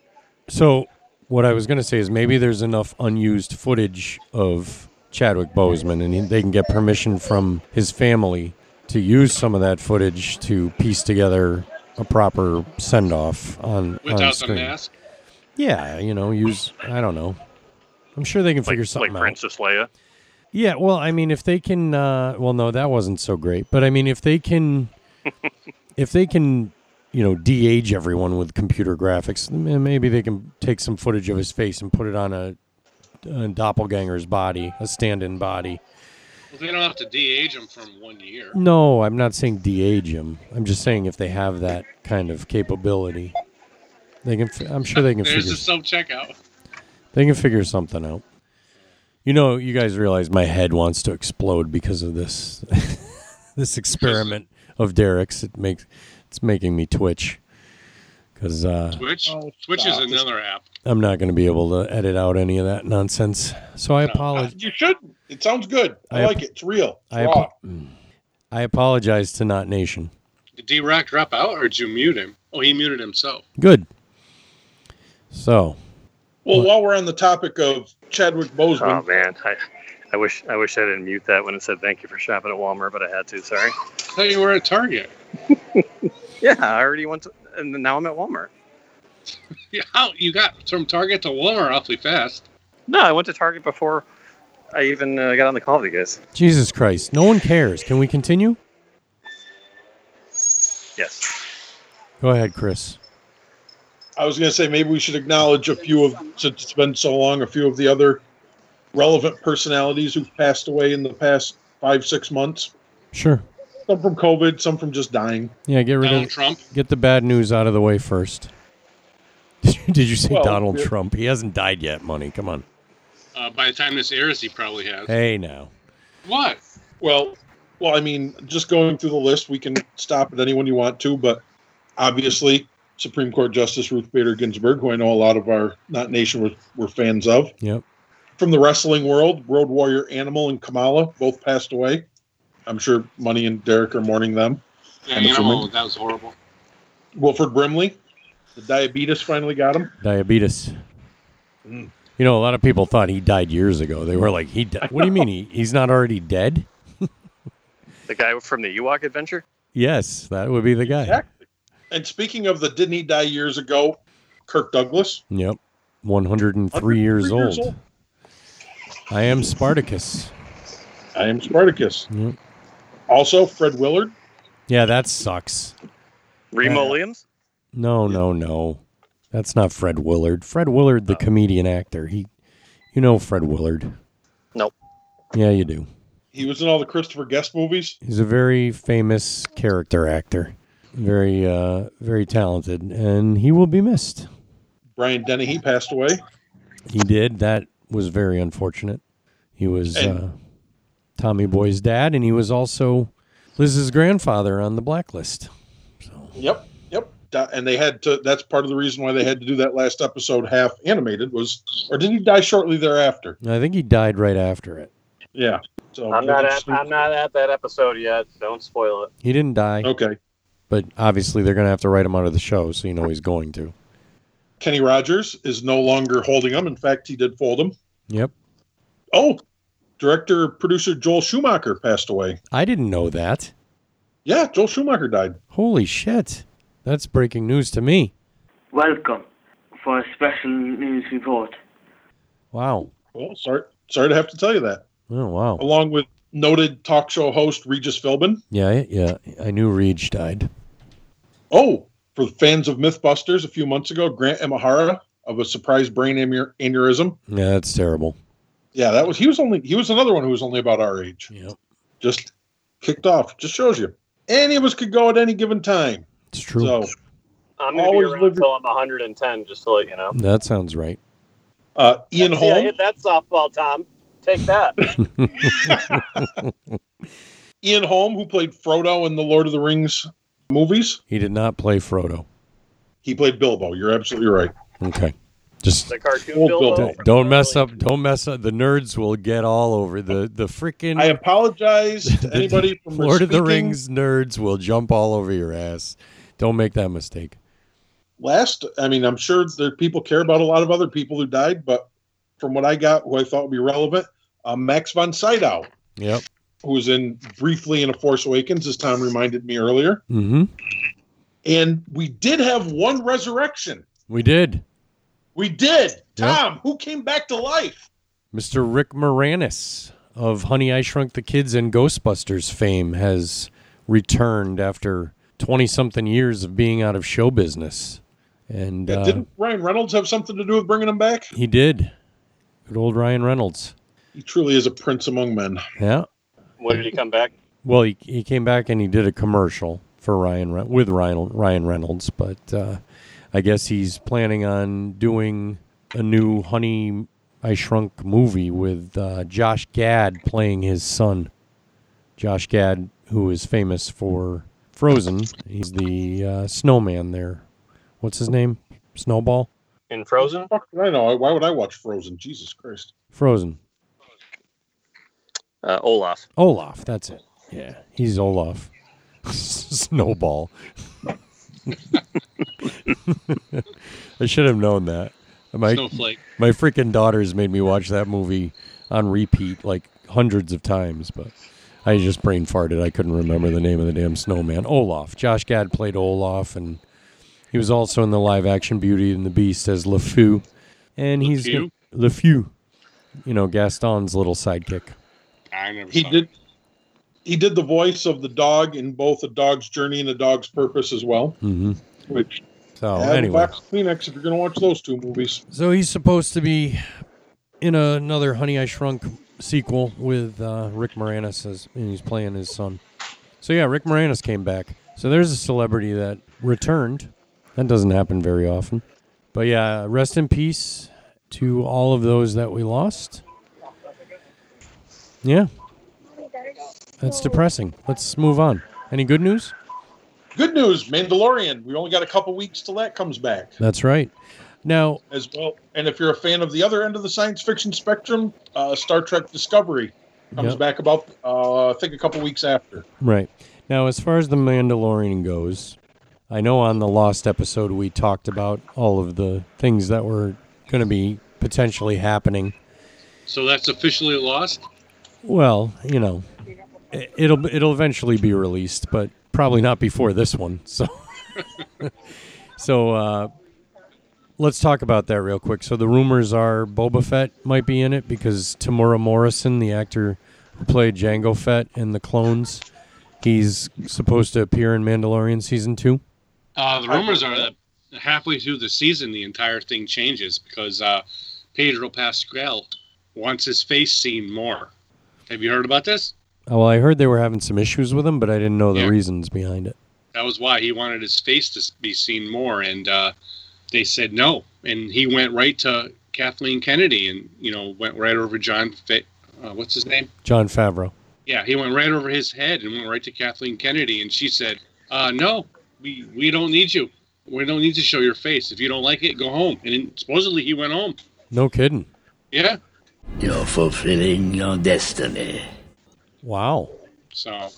S5: So what I was gonna say is maybe there's enough unused footage of Chadwick Boseman, and he- they can get permission from his family to use some of that footage to piece together a proper send off on on
S1: Without the
S5: screen.
S1: mask,
S5: Yeah, you know, use I don't know. I'm sure they can figure
S12: Like,
S5: something
S12: like
S5: out.
S12: Princess Leia.
S5: Yeah, well, I mean, if they can, uh, well, no, that wasn't so great. But I mean, if they can, if they can, you know, de-age everyone with computer graphics, m- maybe they can take some footage of his face and put it on a, a doppelganger's body, a stand-in body.
S1: well, they don't have to de-age them from one year.
S5: No, I'm not saying de-age him. I'm just saying if they have that kind of capability, they can. F- I'm sure they can
S1: There's
S5: figure.
S1: the self checkout.
S5: They can figure something out. You know, you guys realize my head wants to explode because of this this experiment of Derek's. It makes it's making me twitch because uh,
S1: Twitch.
S6: Oh,
S1: Twitch is
S6: stop.
S1: another app.
S5: I'm not going to be able to edit out any of that nonsense. So I apologize.
S6: You shouldn't. It sounds good.
S5: I
S6: I,
S5: ap-
S6: like it. It's real. It's
S5: I,
S6: raw.
S5: apo- I apologize to Not Nation.
S1: Did D Rock drop out or did you mute him? Oh, he muted himself.
S5: Good. So
S6: well, while we're on the topic of Chadwick
S12: Oh
S6: Boseman,
S7: Um,
S12: man, I, I wish I wish I didn't mute that when it said thank you for shopping at Walmart, but I had to. Sorry.
S1: I thought you were at Target.
S12: Yeah, I already went, to, and now I'm at Walmart.
S1: Yeah, how you got from Target to Walmart awfully fast.
S12: No, I went to Target before I even uh, got on the call with you guys.
S5: Jesus Christ, no one cares. Can we continue?
S12: Yes.
S5: Go ahead, Chris.
S6: I was going to say maybe we should acknowledge a few of since it's been so long, a few of the other relevant personalities who've passed away in the past five six months.
S5: Sure.
S6: Some from COVID, some from just dying.
S5: Yeah, get rid
S1: Donald
S5: of
S1: Trump.
S5: Get the bad news out of the way first. Did you say
S6: Well,
S5: Donald
S6: yeah.
S5: Trump? He hasn't died yet, money. Come on.
S1: Uh, by the time this airs, he probably has.
S5: Hey, now.
S1: What?
S6: Well, well, I mean, just going through the list, we can stop at anyone you want to, but obviously, Supreme Court Justice Ruth Bader Ginsburg, who I know a lot of our not nation were, were fans of.
S5: Yep.
S6: From the wrestling world, Road Warrior Animal and Kamala both passed away. I'm sure Money and Derek are mourning them.
S1: Yeah,
S6: I'm
S1: you know,
S6: assuming.
S1: that was horrible.
S6: Wilford Brimley, the diabetes finally got him.
S5: Diabetes.
S6: Mm.
S5: You know, a lot of people thought he died years ago. They were like, he died. What do you mean? He, he's not already dead?
S12: The guy from the Ewok adventure.
S5: Yes, that would be the guy.
S6: Exactly. And speaking of the didn't he die years ago, Kirk Douglas,
S5: Yep. 103 years old. I am Spartacus.
S6: I am Spartacus.
S5: Yep.
S6: Also, Fred Willard,
S5: Yeah, that sucks.
S12: Remo
S6: Yeah.
S12: Williams.
S5: No, no, no. That's not Fred Willard. Fred Willard, the comedian actor. He, you know Fred Willard.
S12: Nope.
S5: Yeah, you do.
S6: He was in all the Christopher Guest movies.
S5: He's a very famous character actor, very, uh, very talented, and he will be missed.
S6: Brian Dennehy passed away.
S5: He did. That was very unfortunate. He was
S6: And-
S5: uh, Tommy Boy's dad, and he was also Liz's grandfather on the blacklist.
S6: Yep, yep. Di- And they had to. That's part of the reason why they had to do that last episode half animated was, or did he die shortly thereafter?
S5: And I think he died right after it.
S6: Yeah. So
S7: I'm not at I'm not at that episode yet. Don't spoil it.
S5: He didn't die,
S6: Okay.
S5: but obviously they're going to have to write him out of the show, so you know he's going to.
S6: Kenny Rogers is no longer holding him. In fact, he did fold him.
S5: Yep.
S6: Oh, director producer Joel Schumacher passed away.
S5: I didn't know that.
S6: Yeah, Joel Schumacher died.
S5: Holy shit. That's breaking news to me.
S13: Welcome for a special news report.
S5: Wow.
S6: Well, sorry, sorry to have to tell you that.
S5: Oh, wow.
S6: Along with noted talk show host Regis Philbin.
S5: Yeah, yeah. I knew Reach died.
S6: Oh, for the fans of MythBusters, a few months ago, Grant Imahara of a surprise brain aneur- aneurysm.
S5: Yeah, that's terrible.
S6: Yeah, that was he was only he was another one who was only about our age.
S5: Yep.
S6: Just kicked off. Just shows you. Any of us could go at any given time.
S5: It's true.
S6: So
S7: I'm gonna
S6: Always
S7: be around
S6: live
S7: until I'm 110, just to let you know.
S5: That sounds right.
S6: uh, Ian
S7: Yeah,
S6: Holm.
S7: hit that softball, Tom. Take that.
S6: Ian Holm, who played Frodo in the Lord of the Rings movies.
S5: He did not play Frodo.
S6: He played Bilbo. You're absolutely right.
S5: Okay. Just
S7: The cartoon
S6: Old
S7: Bilbo.
S6: Bilbo.
S7: from
S5: don't
S7: the
S5: mess
S7: early-
S5: up. Don't mess up. The nerds will get all over the the freaking
S6: I apologize to anybody from
S5: Lord of the
S6: speaking.
S5: Rings nerds will jump all over your ass. Don't make that mistake.
S6: Last, I mean, I'm sure there people care about a lot of other people who died, but from what I got, who I thought would be relevant, uh, Max von Sydow,
S5: Yep.
S6: who was in briefly in A Force Awakens, as Tom reminded me earlier,
S5: Mm-hmm.
S6: and we did have one resurrection.
S5: We did.
S6: We did,
S5: Yeah.
S6: Tom, who came back to life.
S5: Mr. Rick Moranis of Honey I Shrunk the Kids and Ghostbusters fame has returned after 20 something years of being out of show business. And
S6: Yeah,
S5: uh,
S6: Didn't Ryan Reynolds have something to do with bringing him back?
S5: he did. Good old Ryan Reynolds.
S6: He truly is a prince among men.
S5: Yeah.
S7: When did he come back?
S5: Well, he, he came back and he did a commercial for Ryan Re- with Ryan Ryan Reynolds, but uh, I guess he's planning on doing a new Honey I Shrunk movie with uh, Josh Gad playing his son. Josh Gad, who is famous for Frozen, he's the uh, snowman there. What's his name? Snowball.
S7: In Frozen?
S6: Fuck, I know. Why would I watch Frozen? Jesus Christ.
S5: Frozen.
S12: Uh, Olaf.
S5: Olaf. That's it. Yeah, he's Olaf. Snowball. I should have known that. My
S1: Snowflake.
S5: my freaking daughters made me watch that movie on repeat like hundreds of times, but I just brain farted. I couldn't remember the name of the damn snowman. Olaf. Josh Gad played Olaf, and he was also in the live action Beauty and the Beast as LeFou, and he's
S1: LeFou?
S5: LeFou, you know Gaston's little sidekick.
S1: I never
S6: He
S1: saw
S6: did. He did the voice of the dog in both a dog's journey and a dog's purpose as well.
S5: Mm-hmm.
S6: Which
S5: So
S6: have
S5: Oh, anyway,
S6: a box of Kleenex if you're going to watch those two movies.
S5: So he's supposed to be in another Honey I Shrunk sequel with uh, Rick Moranis, as, and he's playing his son. So yeah, Rick Moranis came back. So there's a celebrity that returned. That doesn't happen very often. But yeah, rest in peace to all of those that we lost. Yeah. That's depressing. Let's move on. Any good news?
S6: Good news, Mandalorian. We only got a couple weeks till that comes back
S5: That's right. Now,
S6: as well. And if you're a fan of the other end of the science fiction spectrum, uh, Star Trek Discovery comes
S5: Yep.
S6: back about uh, I think a couple weeks after.
S5: Right. Now, as far as The Mandalorian goes, I know on the last episode we talked about all of the things that were going to be potentially happening.
S1: So that's officially lost.
S5: Well, you know, i- it'll it'll eventually be released, but probably not before this one. So, so uh, let's talk about that real quick. So the rumors are Boba Fett might be in it because Tamura Morrison, the actor who played Django Fett in the Clones, he's supposed to appear in Mandalorian season two.
S1: Uh, the rumors are that halfway through the season, the entire thing changes because uh, Pedro Pascal wants his face seen more. Have you heard about this?
S5: Oh, Well, I heard they were having some issues with him, but I didn't know the
S1: Yeah.
S5: reasons behind it.
S1: That was why he wanted his face to be seen more, and uh, they said no. And he went right to Kathleen Kennedy, and you know went right over John. Fa- uh, what's his name?
S5: John Favreau.
S1: Yeah, he went right over his head and went right to Kathleen Kennedy, and she said, uh, "No, we we don't need you. We don't need to show your face. If you don't like it, go home." And then supposedly he went home.
S5: No kidding.
S1: Yeah.
S14: You're fulfilling your destiny.
S5: Wow.
S1: So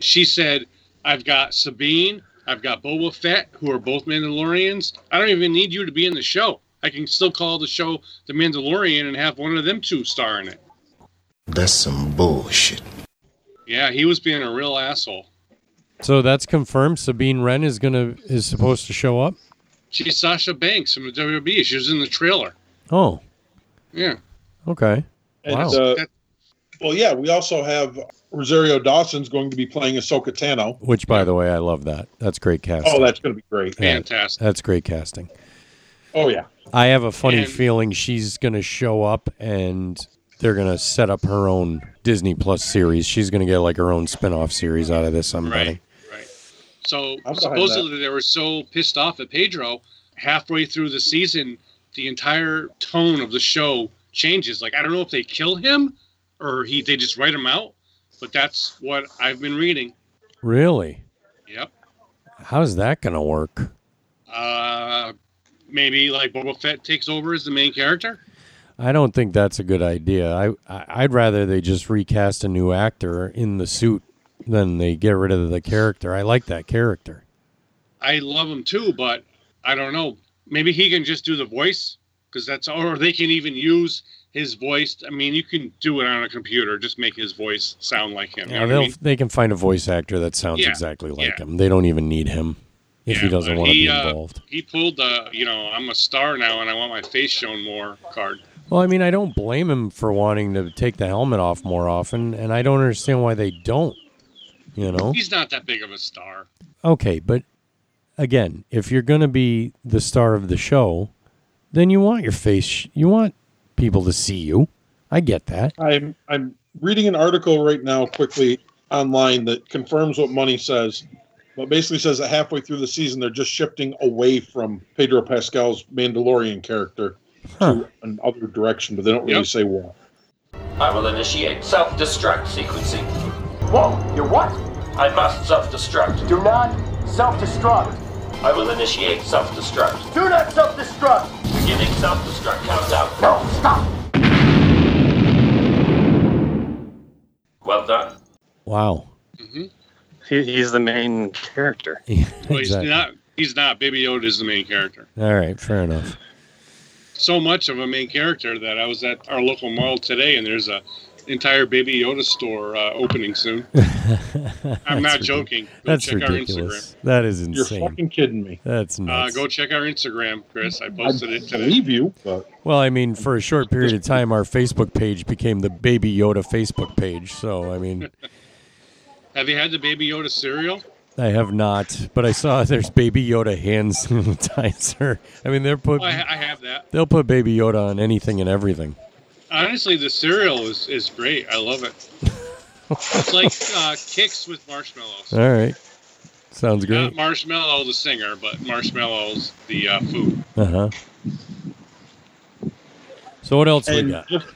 S1: she said, "I've got Sabine, I've got Boba Fett, who are both Mandalorians. I don't even need you to be in the show. I can still call the show The Mandalorian and have one of them two star in it."
S4: That's some bullshit.
S1: Yeah, he was being a real asshole.
S5: So that's confirmed. Sabine Wren is gonna is supposed to show up.
S1: She's Sasha Banks from the WWE. She was in the trailer.
S5: Oh,
S1: Yeah.
S5: okay.
S6: And,
S5: wow.
S6: uh, well, yeah, we also have Rosario Dawson's going to be playing Ahsoka Tano.
S5: Which, by the way, I love that. That's great casting.
S6: Oh, that's going to be great.
S5: Yeah, That's great casting.
S6: Oh, yeah.
S5: I have a funny
S6: And-
S5: feeling she's going to show up and they're going to set up her own Disney Plus series. She's going to get like her own spin off series out of this, I'm betting.
S1: So
S6: behind
S1: supposedly they were so pissed off at Pedro halfway through the season, the entire tone of the show changes. Like I don't know if they kill him or he they just write him out, but that's what I've been reading.
S5: Really?
S1: Yep.
S5: How's that going to work?
S1: Uh, maybe like Boba Fett takes over as the main character.
S5: I don't think that's a good idea. I, I I'd rather they just recast a new actor in the suit than they get rid of the character. I like that character.
S1: I love him too, but I don't know. Maybe he can just do the voice because that's or they can even use his voice. I mean, you can do it on a computer. Just make his voice sound like him. you know
S5: Yeah,
S1: what I
S5: they'll,
S1: mean?
S5: they can find a voice actor that sounds
S1: Yeah,
S5: exactly like
S1: yeah.
S5: him. They don't even need him if he doesn't
S1: But
S5: want to be
S1: uh,
S5: involved.
S1: he pulled the, you know, I'm a star now and I want my face shown more card.
S5: Well, I mean, I don't blame him for wanting to take the helmet off more often, and I don't understand why they don't. You know?
S1: He's not that big of a star.
S5: Okay, but again, if you're going to be the star of the show, then you want your face, you want people to see you. I get that.
S6: I'm I'm reading an article right now quickly online that confirms what Money says, but basically says that halfway through the season they're just shifting away from Pedro Pascal's Mandalorian character to another direction, but they don't really
S15: Yep.
S6: say what.
S15: I will initiate self-destruct sequencing. Whoa, you're what? I must self-destruct. Do not self-destruct. I will initiate self-destruct. Do not self-destruct. Beginning self-destruct countdown. No, stop. Well done.
S5: Wow.
S7: He, he's the main character.
S5: Exactly.
S1: Well, He's not. He's not. Baby Yoda is the main character.
S5: All right, fair enough.
S1: So much of a main character that I was at our local mall today, and there's a entire Baby Yoda store uh, opening soon. I'm not
S5: That's ridic-
S1: joking. Go
S5: That's
S1: check our
S5: ridiculous. That is insane.
S6: kidding me.
S5: That's
S1: Uh,
S5: nuts.
S1: go check our Instagram, Chris. I posted it today.
S6: Leave you, but
S5: Well, I mean, for a short period of time, our Facebook page became the Baby Yoda Facebook page. So, I mean,
S1: Have you had the Baby Yoda cereal?
S5: I have not, but I saw there's Baby Yoda hand sanitizer. I mean, they're put.
S1: Oh, I, I have that.
S5: They'll put Baby Yoda on anything and everything.
S1: Honestly, the cereal is, is great. I love it. It's like uh, kicks with marshmallows.
S5: All right, sounds great.
S1: Not Marshmallow the singer, but Marshmallow's the uh, food.
S5: Uh huh. So what else we
S6: and
S5: got?
S6: just,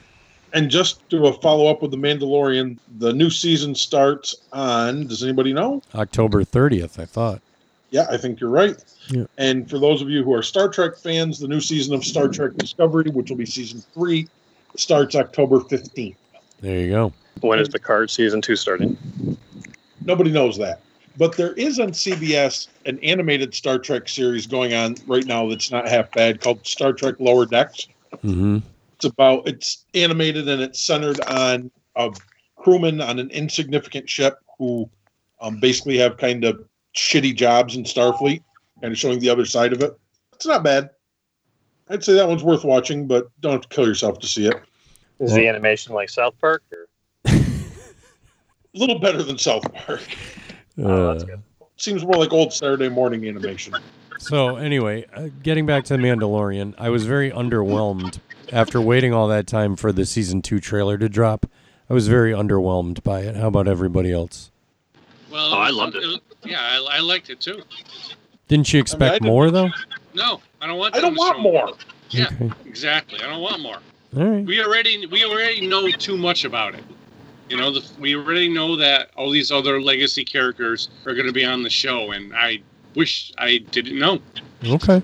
S6: and just to a follow up with the Mandalorian, the new season starts on. Does anybody know?
S5: October thirtieth, I thought.
S6: Yeah, I think you're right.
S5: Yeah.
S6: And for those of you who are Star Trek fans, the new season of Star Trek Discovery, which will be season three, starts October 15th.
S5: There you go.
S7: When is Picard season two starting?
S6: Nobody knows that. But there is on CBS an animated Star Trek series going on right now that's not half bad called Star Trek Lower Decks.
S5: Mm-hmm.
S6: It's about, it's animated and it's centered on a crewman on an insignificant ship who um, basically have kind of shitty jobs in Starfleet and showing the other side of it. It's not bad. I'd say that one's worth watching, but don't have to kill yourself to see it.
S7: Is the animation like South Park? Or?
S6: A little better than South Park.
S7: Oh,
S5: Uh,
S6: Seems more like old Saturday morning animation.
S5: So anyway, uh, getting back to the Mandalorian, I was very underwhelmed after waiting all that time for the season two trailer to drop. I was very underwhelmed by it. How about everybody else?
S1: Well, oh, I loved it. yeah, I, I liked it too.
S5: Didn't you expect
S1: didn't-
S5: more though?
S1: No, I don't want.
S6: I don't
S1: them to
S6: want
S1: show me.
S6: more.
S1: Yeah, exactly. I don't want more.
S5: All right.
S1: We already we already know too much about it. You know, the, we already know that all these other legacy characters are going to be on the show, and I wish I didn't know.
S5: Okay.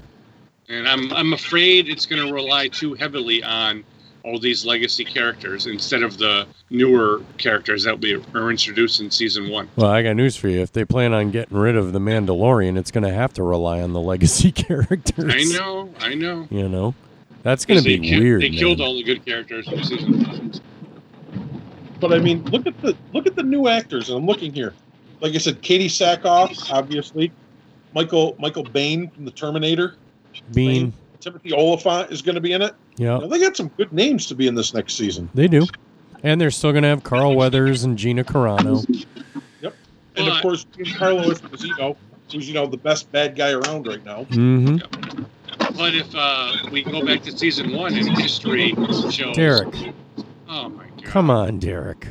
S1: And I'm I'm afraid it's going to rely too heavily on all these legacy characters instead of the newer characters that we were introduced in season one.
S5: Well, I got news for you. If they plan on getting rid of the Mandalorian, it's going to have to rely on the legacy characters.
S1: I know, I know.
S5: You know, that's going to be
S1: They ki-
S5: weird.
S1: They
S5: man.
S1: killed all the good characters from season one.
S6: But I mean, look at the look at the new actors, and I'm looking here. Like I said, Katie Sackhoff, obviously. Michael Michael Bain from the Terminator.
S5: Bean.
S6: Timothy Oliphant is going to be in it.
S5: Yeah.
S6: Now, they got some good names to be in this next season.
S5: They do. And they're still going to have Carl Weathers and Gina Carano.
S6: And of course, Carlo Esposito, who's you know the best bad guy around right now.
S5: Mm-hmm.
S1: But if uh, we go back to season one and history shows.
S5: Derek,
S1: Oh, my.
S5: come on, Derek.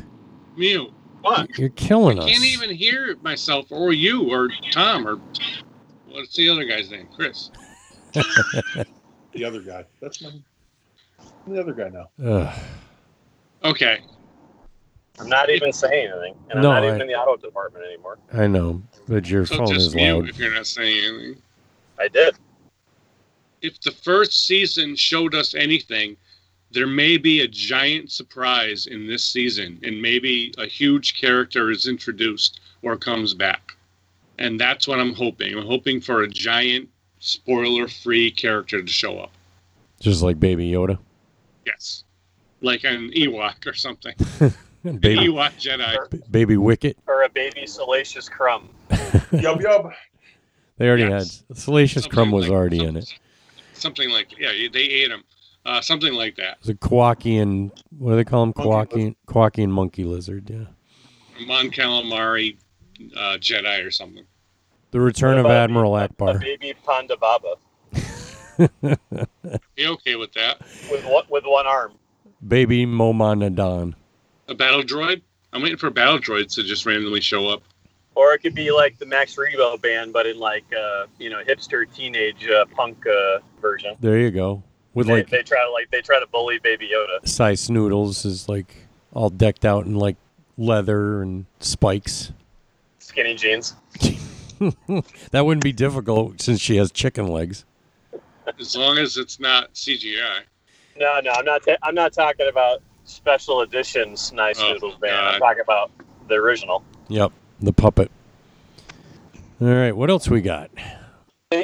S1: Mew. What?
S5: You're killing
S1: I
S5: us.
S1: can't even hear myself or you or Tom or what's the other guy's name? Chris.
S6: The other guy. That's my. I'm the other guy now.
S5: Ugh.
S1: Okay.
S7: I'm not even saying anything, and
S5: No,
S7: I'm not
S5: I-
S7: even in the auto department anymore.
S5: I know, but your
S1: So
S5: phone
S1: just
S5: is
S1: mute
S5: loud.
S1: if you're not saying anything.
S7: I did.
S1: If the first season showed us anything, there may be a giant surprise in this season, and maybe a huge character is introduced or comes back. And that's what I'm hoping. I'm hoping for a giant spoiler free character to show up.
S5: Just like Baby Yoda.
S1: Yes. Like an Ewok or something. An
S5: Baby,
S1: Ewok Jedi.
S5: baby Wicket.
S7: Or a baby salacious crumb.
S6: yub yub.
S5: They already had. Salacious Crumb was already in it.
S1: Something like yeah, they ate him. Uh, something like that.
S5: The Kwakian, what do they call him? Kwakian, Kwakian monkey lizard. Yeah.
S1: Mon Calamari uh, Jedi or something.
S5: The Return of
S7: About
S5: Admiral
S7: A
S5: Akbar.
S7: baby panda baba
S1: Be okay with that.
S7: with one, with one arm.
S5: baby Momonadon.
S1: A battle droid. I'm waiting for battle droids to just randomly show up.
S7: Or it could be like the Max Rebo band, but in like uh, you know hipster teenage uh, punk uh, version.
S5: There you go. With
S7: they,
S5: like
S7: they try to like they try to bully Baby Yoda.
S5: Size Noodles is like all decked out in like leather and spikes.
S7: Skinny jeans.
S5: that wouldn't be difficult since she has chicken legs.
S1: As long as it's not CGI.
S7: No, no, I'm not. Ta- I'm not talking about special editions. Nice
S1: Oh,
S7: noodles band. I'm
S1: God.
S7: talking about the original.
S5: Yep. The puppet. All right. What else we got?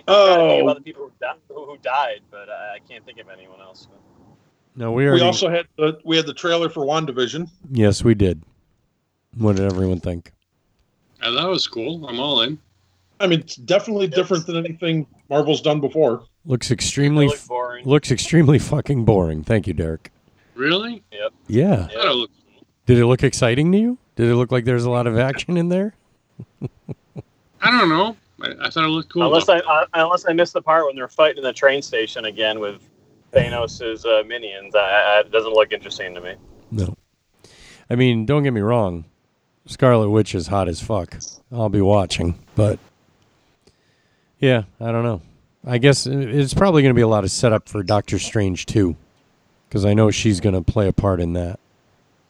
S7: Oh, about the people who, di- who who died, but I, I can't think of anyone else.
S5: No, we
S6: We,
S5: already.
S6: also had the, we had the trailer for WandaVision.
S5: yes, we did. What did everyone think?
S1: I thought it was cool. I'm all in.
S6: I mean, it's definitely different than anything Marvel's done before.
S5: Looks extremely
S6: looked boring.
S5: looks extremely fucking boring. Thank you, Derek.
S1: Really? Yep.
S5: Yeah. Did it look exciting to you? Did it look like there's a lot of action in there?
S1: I don't know. I, I thought it looked cool.
S7: Unless
S1: though.
S7: I, I unless I missed the part when they're fighting in the train station again with Thanos' uh, minions, I, I, it doesn't look interesting to me.
S5: No. I mean, don't get me wrong. Scarlet Witch is hot as fuck. I'll be watching, but yeah, I don't know. I guess it- it's probably going to be a lot of setup for Doctor Strange too, because I know she's going to play a part in that.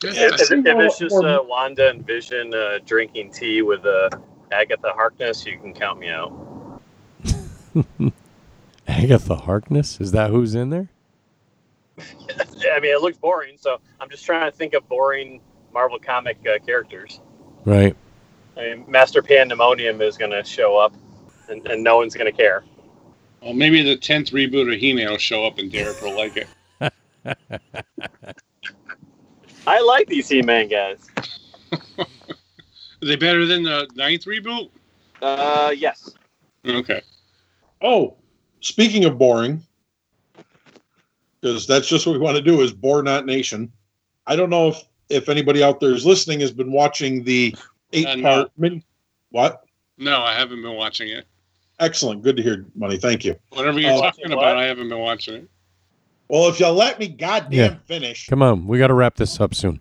S7: If, if it's just uh, Wanda and Vision uh, drinking tea with uh, Agatha Harkness, you can count me out.
S5: Agatha Harkness is that who's in there?
S7: I mean, it looks boring, so I'm just trying to think of boring Marvel comic uh, characters.
S5: Right.
S7: I mean, Master Pandemonium is going to show up, and, and no one's going to care.
S1: Well, maybe the tenth reboot of He-Man will show up, and Derek will like it.
S7: I like these He-Man guys.
S1: Are they better than the ninth reboot?
S7: Uh, yes.
S1: Okay.
S6: Oh, speaking of boring, because that's just what we want to do is bore not nation. I don't know if if anybody out there is listening has been watching the eight
S1: Uh,
S6: part
S1: no.
S6: mini. What?
S1: No, I haven't been watching it.
S6: Excellent. Good to hear, money. Thank you.
S1: Whatever you're
S7: Oh,
S6: Uh,
S1: talking about, I haven't been watching it.
S6: Well, if you'll let me, goddamn
S5: Yeah.
S6: finish.
S5: Come on, we got to wrap this up soon.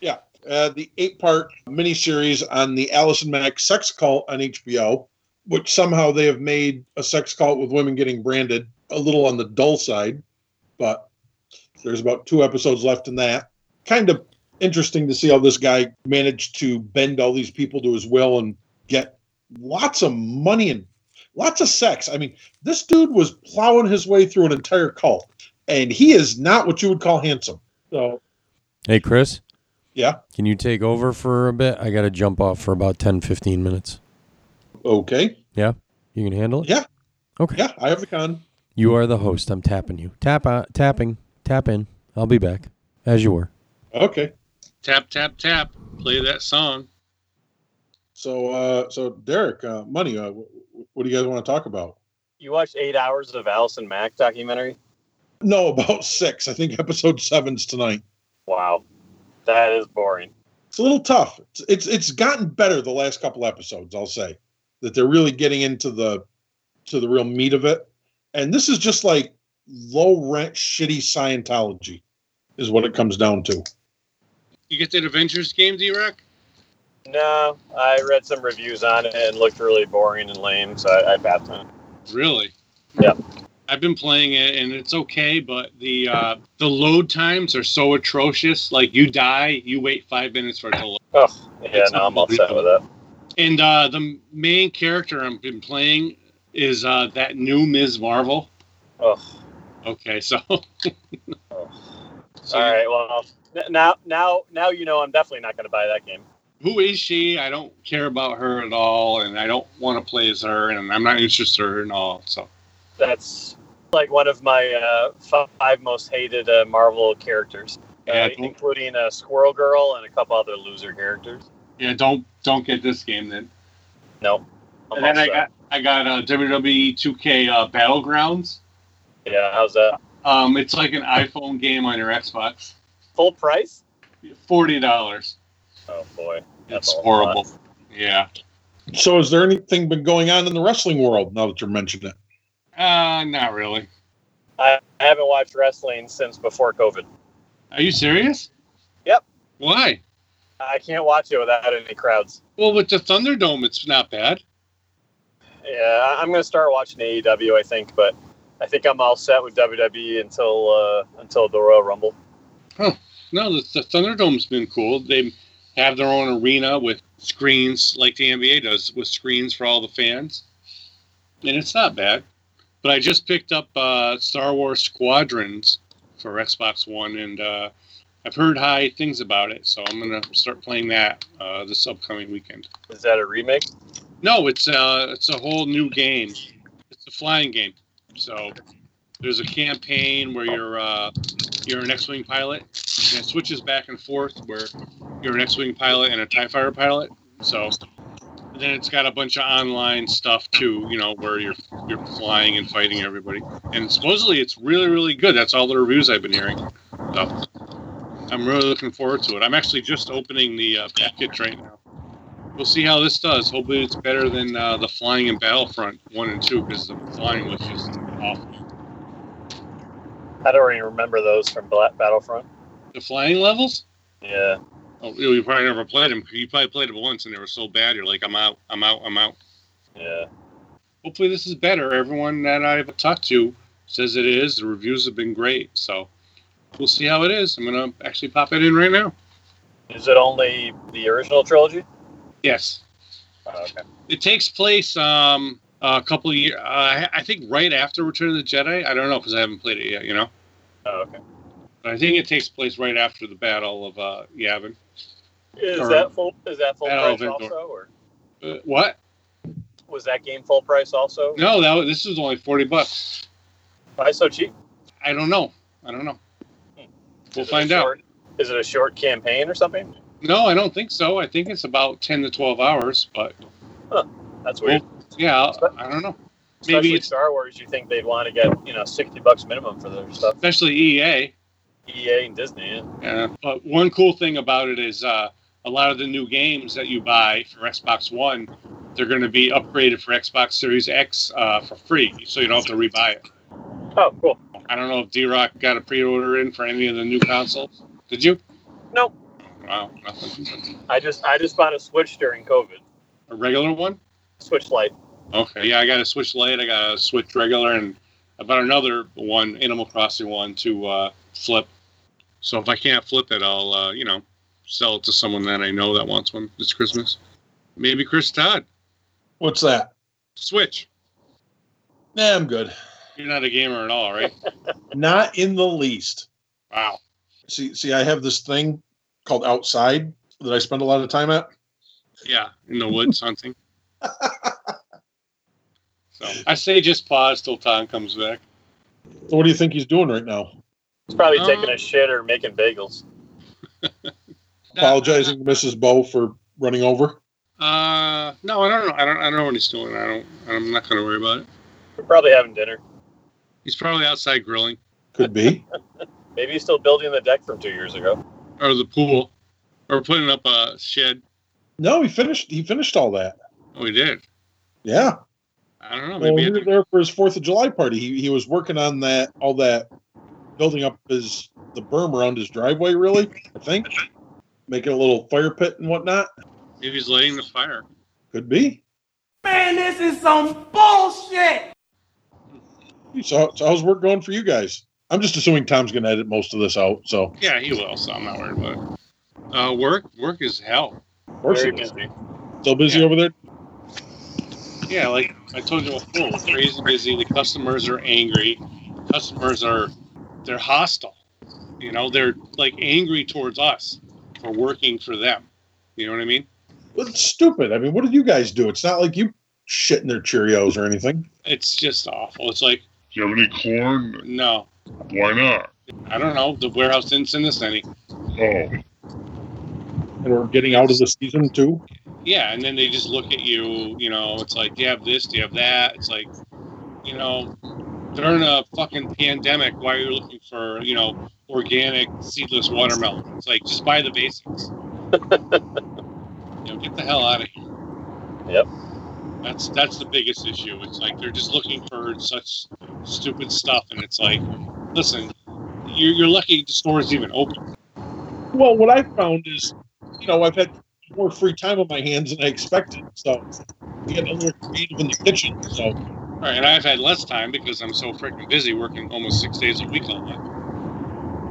S6: Yeah, uh, the eight-part miniseries on the Allison Mack sex cult on HBO, which somehow they have made a sex cult with women getting branded a little on the dull side, but there's about two episodes left in that. Kind of interesting to see how this guy managed to bend all these people to his will and get lots of money and lots of sex. I mean, this dude was plowing his way through an entire cult, and he is not what you would call handsome. So,
S5: Hey, Chris,
S6: yeah.
S5: can you take over for a bit? I got to jump off for about 10, 15 minutes.
S6: Okay.
S5: Yeah, you can handle it.
S6: Yeah.
S5: Okay.
S6: Yeah, I have the con.
S5: You are the host. I'm tapping you. Tap out, tapping, tap in. I'll be back as you were.
S6: Okay.
S1: Tap tap tap. Play that song.
S6: So, uh, so Derek, uh, money. Uh, wh- wh- what do you guys want to talk about?
S7: You watched eight hours of Allison Mack documentary?
S6: No, about six. I think episode seven's tonight.
S7: Wow, that is boring.
S6: It's a little tough. It's it's, it's gotten better the last couple episodes. I'll say that they're really getting into the to the real meat of it, and this is just like low rent, shitty Scientology, is what it comes down to.
S1: You get that Avengers game, D Rock?
S7: No, I read some reviews on it and it looked really boring and lame, so I, I bapped on it.
S1: Really?
S7: Yep.
S1: I've been playing it and it's okay, but the uh, the load times are so atrocious. Like you die, you wait five minutes for it to load.
S7: Oh, yeah, no, I'm upset with it.
S1: And uh, the main character I've been playing is uh, that new Ms. Marvel.
S7: Oh,
S1: Okay, so
S7: all right. Well, n- now, now, now you know I'm definitely not going to buy that game.
S1: who is she? I don't care about her at all, and I don't want to play as her, and I'm not interested in her at all. So
S7: That's like one of my uh, five most hated uh, Marvel characters,
S1: Yeah,
S7: uh,
S1: I think-
S7: including uh, Squirrel Girl and a couple other loser characters.
S1: yeah, don't don't get this game then.
S7: No. I'm
S1: And then I
S7: upset.
S1: got I got uh, WWE 2K uh, Battlegrounds.
S7: Yeah, how's that?
S1: Um, it's like an iPhone game on your Xbox.
S7: Full price?
S1: Forty dollars.
S7: Oh boy,
S1: It's
S7: a lot.
S1: horrible. Yeah.
S6: So, is there anything been going on in the wrestling world now that you're mentioning it?
S1: Uh, not really.
S7: I, I haven't watched wrestling since before COVID.
S1: Are you serious?
S7: Yep.
S1: Why?
S7: I can't watch it without any crowds.
S1: Well, with the Thunderdome, it's not bad.
S7: Yeah, I- I'm going to start watching AEW, I think, but I think I'm all set with WWE until uh, until the Royal Rumble.
S1: No, the, the Thunderdome's been cool. They have their own arena with screens, like the NBA does, with screens for all the fans, and it's not bad. But I just picked up uh, Star Wars Squadrons for Xbox One, and uh, I've heard high things about it, so I'm gonna start playing that uh, this upcoming weekend.
S7: Is that a remake?
S1: No, it's uh, it's a whole new game. It's a flying game. So there's a campaign where you're uh, you're an X-wing pilot, and it switches back and forth where you're an X-wing pilot and a Tie Fighter pilot. So and then it's got a bunch of online stuff too, you know, where you're you're flying and fighting everybody. And supposedly it's really really good. That's all the reviews I've been hearing. So I'm really looking forward to it. I'm actually just opening the uh, package right now we'll see how this does. Hopefully, it's better than uh, the flying in Battlefront one and two because the flying was just awful.
S7: I don't even remember those from Bla- Battlefront.
S1: The flying levels?
S7: Yeah.
S1: Oh, you you probably never played them. You probably played it once and they were so bad. You're like, I'm out, I'm out, I'm out.
S7: Yeah.
S1: Hopefully, this is better. Everyone that I've talked to says it is. The reviews have been great, so we'll see how it is. I'm gonna actually pop it in right now.
S7: Is it only the original trilogy?
S1: Yes.
S7: Oh, okay.
S1: It takes place um, a couple of years. Uh, I- I think right after Return of the Jedi. I don't know because I haven't played it yet. You know.
S7: Oh, okay.
S1: I think it takes place right after the Battle of uh, Yavin.
S7: Is
S1: Or-
S7: that full? Is that full
S1: Battle
S7: price
S1: of Endor.
S7: also, or
S1: Uh, what?
S7: was that game full price also?
S1: No, that was, this is only forty bucks.
S7: Why so cheap?
S1: I don't know. I don't know. We'll
S7: Is it a
S1: find out.
S7: short- Is it a short campaign or something?
S1: No, I don't think so. I think it's about ten to twelve hours, but
S7: That's weird.
S1: yeah, I'll- I don't know.
S7: Especially
S1: Maybe it's
S7: Star Wars. You think they'd want to get you know sixty bucks minimum for their stuff?
S1: especially EA.
S7: EA and Disney. Yeah.
S1: Yeah. But one cool thing about it is uh, a lot of the new games that you buy for Xbox One, they're going to be upgraded for Xbox Series X uh, for free, so you don't have to rebuy it.
S7: Oh, cool.
S1: I don't know if D Rock got a pre order in for any of the new consoles. Did you?
S7: Nope.
S1: Wow, nothing.
S7: I just I just bought a Switch during COVID.
S1: A regular one?
S7: Switch Lite.
S1: Okay. Yeah, I got a Switch Lite, I got a Switch regular, and about another one, Animal Crossing one, to uh, flip. So if I can't flip it, I'll, uh, you know, sell it to someone that I know that wants one this Christmas. Maybe Chris Todd.
S6: What's that?
S1: Switch.
S6: Nah, I'm good.
S1: You're not a gamer at all, right?
S6: Not in the least.
S1: wow.
S6: See, see, I have this thing called outside that I spend a lot of time at.
S1: Yeah, in the woods hunting. so I say just pause till Tom comes back.
S6: So what do you think he's doing right now?
S7: It's probably
S1: Um,
S7: taking a shit or making bagels.
S6: Apologizing to Mrs. Bo for running over.
S1: Uh, no, I don't know. I don't. I don't know what he's doing. I don't. I'm not going to worry about it.
S7: We're probably having dinner.
S1: He's probably outside grilling.
S6: Could be.
S7: Maybe he's still building the deck from two years ago.
S1: Or the pool. Or putting up a shed.
S6: No, he finished. He finished all that.
S1: Oh, he did.
S6: Yeah.
S1: I don't know.
S6: Well,
S1: Maybe
S6: we were there for his Fourth of July party. He he was working on that all that building up his the berm around his driveway. Really, I think making a little fire pit and whatnot.
S1: maybe he's lighting the fire.
S6: Could be.
S2: Man, this is some bullshit.
S6: So so how's work going for you guys? I'm just assuming Tom's going to edit most of this out. So
S1: Yeah, he will. So I'm not worried about it. Uh, work. Work is hell.
S6: of course
S7: Very
S6: it is.
S7: busy.
S6: Still busy over there.
S1: Yeah, like I told you before, we're crazy busy. The customers are angry. Customers are they're hostile. You know, they're like angry towards us for working for them. You know what I mean?
S6: Well, it's stupid. I mean, what did you guys do? It's not like you shitting their Cheerios or anything.
S1: It's just awful. It's like
S16: Do you have any corn?
S1: no,
S16: Why not?
S1: I don't know. The warehouse didn't send us any.
S16: Oh,
S6: And we're getting out of the season too.
S1: Yeah, and then they just look at you. You know, it's like, do you have this? Do you have that? It's like, you know, during a fucking pandemic, why are you looking for you know organic seedless watermelon? It's like just buy the basics. you know, get the hell out of here.
S7: Yep.
S1: That's that's the biggest issue. It's like they're just looking for such stupid stuff, and it's like, listen, you're, you're lucky the store is even open.
S6: Well, what I found is, you know, I've had more free time on my hands than I expected. So we get a little creative in the kitchen. So
S1: All right, and I've had less time because I'm so freaking busy working almost six days a week all month.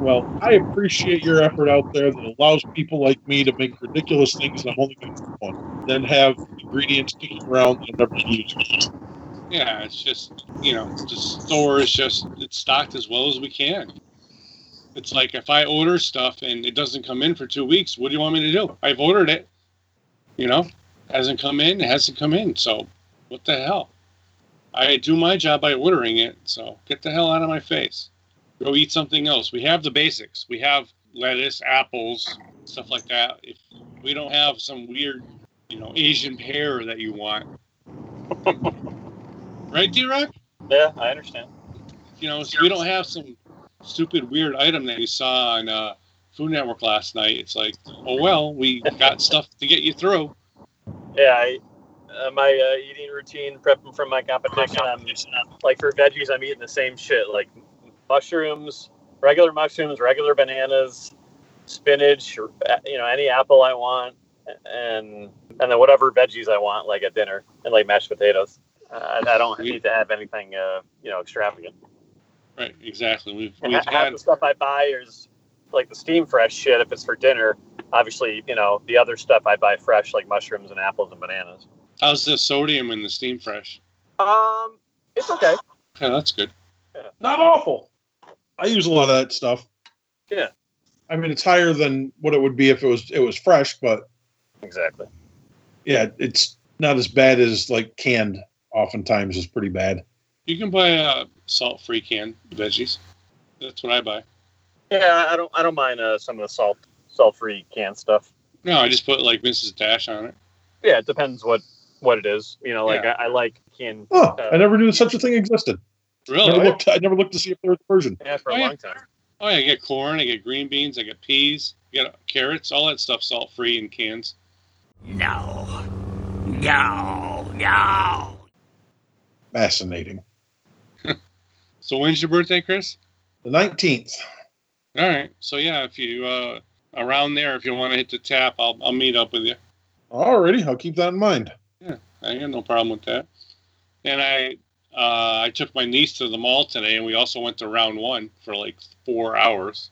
S6: Well, I appreciate your effort out there that allows people like me to make ridiculous things and I'm only going to make one. Then have ingredients kicking around that I'm never use.
S1: Yeah, it's just you know, the store is just it's stocked as well as we can. It's like if I order stuff and it doesn't come in for two weeks, what do you want me to do? I've ordered it, you know, hasn't come in, it hasn't come in. So what the hell? I do my job by ordering it. So get the hell out of my face. Go eat something else. We have the basics. We have lettuce, apples, stuff like that. If we don't have some weird, you know, Asian pear that you want, right, D Rock?
S7: Yeah, I understand.
S1: you know, so we don't have some stupid weird item that we saw on uh, Food Network last night. It's like, oh well, we got stuff to get you through.
S7: Yeah, I, uh, my uh, eating routine, prepping from my competition. I'm, like for veggies, I'm eating the same shit, like mushrooms, regular mushrooms, regular bananas, spinach, or, uh, you know, any apple I want, and and then whatever veggies I want, like at dinner, and like mashed potatoes. Uh, I I don't need to have anything, uh, you know, extravagant.
S1: Right, exactly. We've
S7: And
S1: we've
S7: ha- half
S1: had
S7: the stuff I buy is like the steam fresh shit if it's for dinner. Obviously, you know, the other stuff I buy fresh, like mushrooms and apples and bananas.
S1: how's the sodium in the steam fresh?
S7: Um, it's okay.
S1: Yeah, that's good.
S6: Not awful. I use a lot of that stuff.
S7: Yeah,
S6: I mean, it's higher than what it would be if it was it was fresh, but
S7: exactly.
S6: yeah, it's not as bad as like canned. Oftentimes, is pretty bad.
S1: You can buy a salt free can veggies. That's what I buy.
S7: Yeah, I don't I don't mind uh, some of the salt salt free canned stuff.
S1: No, I just put like Mrs. Dash on it.
S7: Yeah, it depends what what it is. You know, like I, I like canned.
S6: Oh,
S7: uh,
S6: I never knew such a thing existed.
S1: Really?
S6: Never looked, I never looked to see if there was a version.
S7: yeah, for a
S1: Oh, yeah.
S7: long time.
S1: Oh, yeah, I get corn, I get green beans, I get peas, I get carrots, all that stuff salt free in cans.
S14: No. No. No.
S6: Fascinating.
S1: So when's your birthday, Chris?
S6: The nineteenth.
S1: All right. So yeah, if you uh around there, if you want to hit the tap, I'll I'll meet up with you.
S6: Alrighty, I'll keep that in mind.
S1: I got no problem with that. And I uh, I took my niece to the mall today, and we also went to round one for like four hours.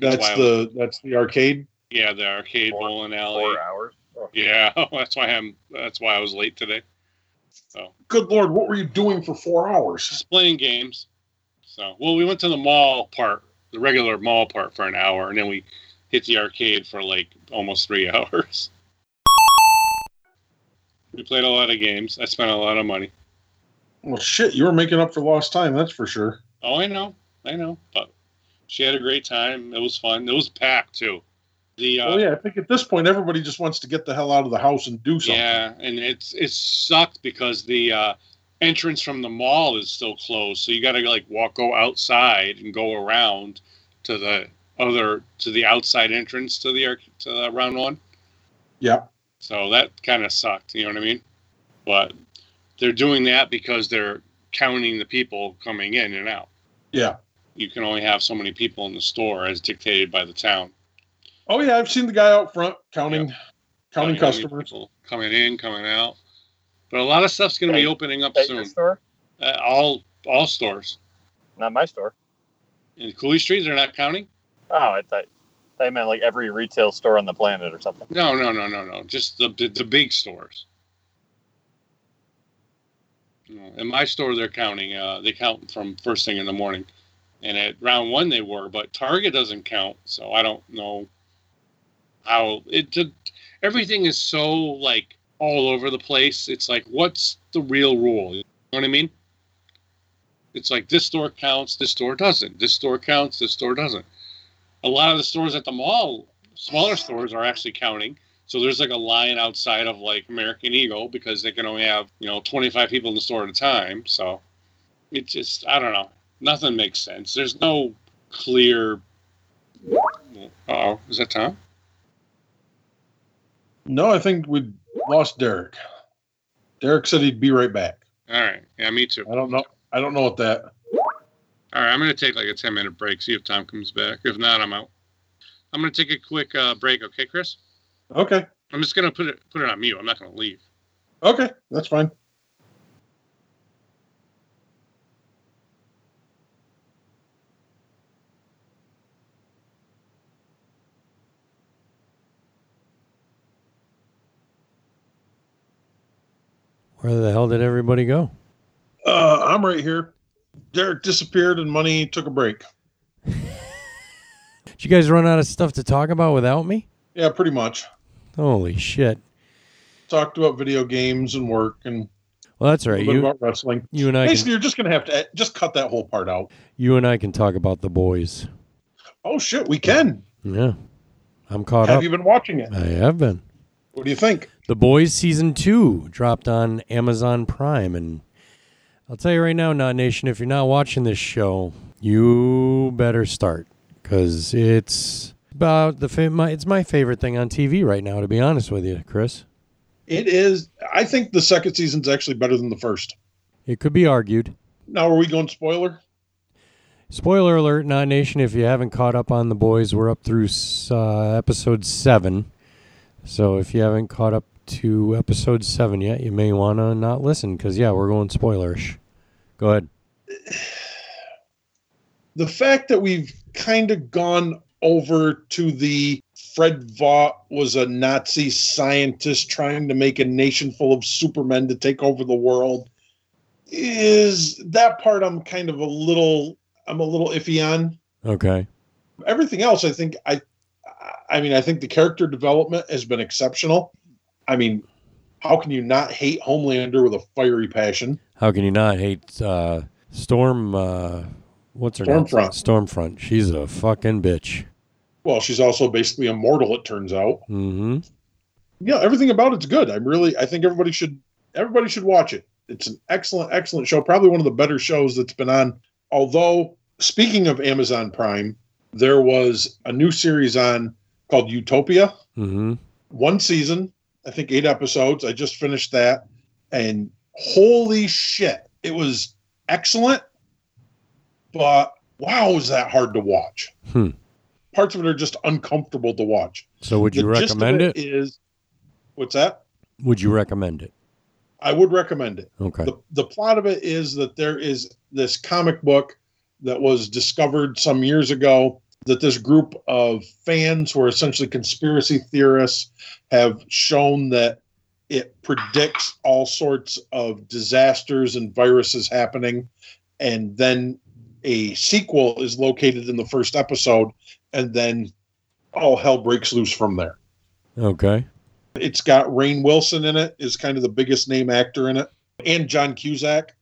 S6: That's
S1: Wow.
S6: the that's the arcade.
S1: Yeah, the arcade bowling alley.
S7: Four hours.
S1: Yeah, that's why I'm. That's why I was late today. So
S6: Good lord, what were you doing for four hours?
S1: just playing games. So well, we went to the mall part, the regular mall part, for an hour, and then we hit the arcade for like almost three hours. We played a lot of games. I spent a lot of money.
S6: Well, shit, you were making up for lost time, that's for sure.
S1: Oh, I know, I know. But she had a great time. It was fun. It was packed too. The uh,
S6: oh yeah, I think at this point everybody just wants to get the hell out of the house and do something.
S1: Yeah, and it's it's sucked because the uh, entrance from the mall is still closed, so you got to like walk go outside and go around to the other to the outside entrance to the arc- to the round one.
S6: Yeah.
S1: So that kind of sucked. You know what I mean? But they're doing that because they're counting the people coming in and out.
S6: Yeah.
S1: You can only have so many people in the store as dictated by the town.
S6: Oh yeah, I've seen the guy out front counting counting
S1: how many
S6: customers.
S1: people coming in, coming out. But a lot of stuff's going to be opening up
S7: At your
S1: soon.
S7: store?
S1: Uh, all all stores.
S7: Not my store.
S1: In Cooley Street, they're not counting.
S7: Oh, I thought they meant like every retail store on the planet or something.
S1: No, no, no, no, no. Just the the, the big stores. You know, In my store, they're counting. Uh, they count from first thing in the morning, and at round one they were, but Target doesn't count. So I don't know how it. did- everything is so like all over the place. It's like, what's the real rule? You know what I mean? It's like this store counts, this store doesn't. This store counts, this store doesn't. A lot of the stores at the mall smaller stores are actually counting. So there's like a line outside of like American Eagle because they can only have, you know, 25 people in the store at a time. So it just, I don't know. Nothing makes sense. There's no clear. Oh, is that Tom?
S6: No, I think we lost Derek. Derek said he'd be right back.
S1: All right. Yeah, me too.
S6: I don't know. I don't know what that.
S1: All right. I'm going to take like a 10 minute break, see if Tom comes back. If not, I'm out. I'm going to take a quick uh, break. Okay, Chris?
S6: Okay.
S1: I'm just going to put it, put it on mute. I'm not going to leave.
S6: Okay, that's fine.
S5: Where the hell did everybody go?
S6: Uh, I'm right here. Derek disappeared and Money took a break.
S5: Did you guys run out of stuff to talk about without me?
S6: Yeah, pretty much.
S5: Holy shit.
S6: Talked about video games and work and
S5: Well, that's
S6: a
S5: right.
S6: little bit
S5: You,
S6: about wrestling.
S5: you and I
S6: Basically,
S5: can,
S6: you're just gonna have to just cut that whole part out.
S5: you and I can talk about the boys.
S6: Oh shit, we can.
S5: Yeah. I'm caught
S6: have
S5: up.
S6: you been watching it?
S5: I have been.
S6: What do you think?
S5: The Boys season two dropped on Amazon Prime, and I'll tell you right now, Not Nation, if you're not watching this show, you better start because it's about the fa- my, it's my favorite thing on TV right now. To be honest with you, Chris,
S6: It is. I think the second season's actually better than the first.
S5: it could be argued.
S6: Now, are we going spoiler?
S5: Spoiler alert, Not Nation, if you haven't caught up on The Boys, we're up through uh, episode 7. So if you haven't caught up to episode 7 yet, you may want to not listen because, yeah, we're going spoilerish. Go ahead.
S6: the fact that we've kind of gone over to the Fred Vaught was a Nazi scientist trying to make a nation full of supermen to take over the world is that part I'm kind of a little I'm a little iffy on.
S5: Okay.
S6: Everything else I think I I mean I think the character development has been exceptional. I mean, how can you not hate Homelander with a fiery passion?
S5: How can you not hate uh, Storm? Uh, what's her name?
S6: Stormfront.
S5: Stormfront. She's a fucking bitch.
S6: Well, she's also basically immortal it turns out.
S5: Mm-hmm.
S6: yeah, everything about it's good. I'm really, I think everybody should, everybody should watch it. It's an excellent, excellent show. Probably one of the better shows that's been on. Although, speaking of Amazon Prime, there was a new series on called Utopia.
S5: Mm-hmm.
S6: One season, I think eight episodes. I just finished that, and holy shit, it was excellent. But wow, is that hard to watch?
S5: Hmm.
S6: Parts of it are just uncomfortable to watch.
S5: So would you
S6: The gist of
S5: recommend it?
S6: it? Is what's that?
S5: Would you recommend it?
S6: I would recommend it.
S5: Okay.
S6: The, the plot of it is that there is this comic book that was discovered some years ago that this group of fans who are essentially conspiracy theorists have shown that it predicts all sorts of disasters and viruses happening and then a sequel is located in the first episode and then all hell breaks loose from there
S5: Okay.
S6: it's got Rain Wilson in it, is kind of the biggest name actor in it, and John Cusack.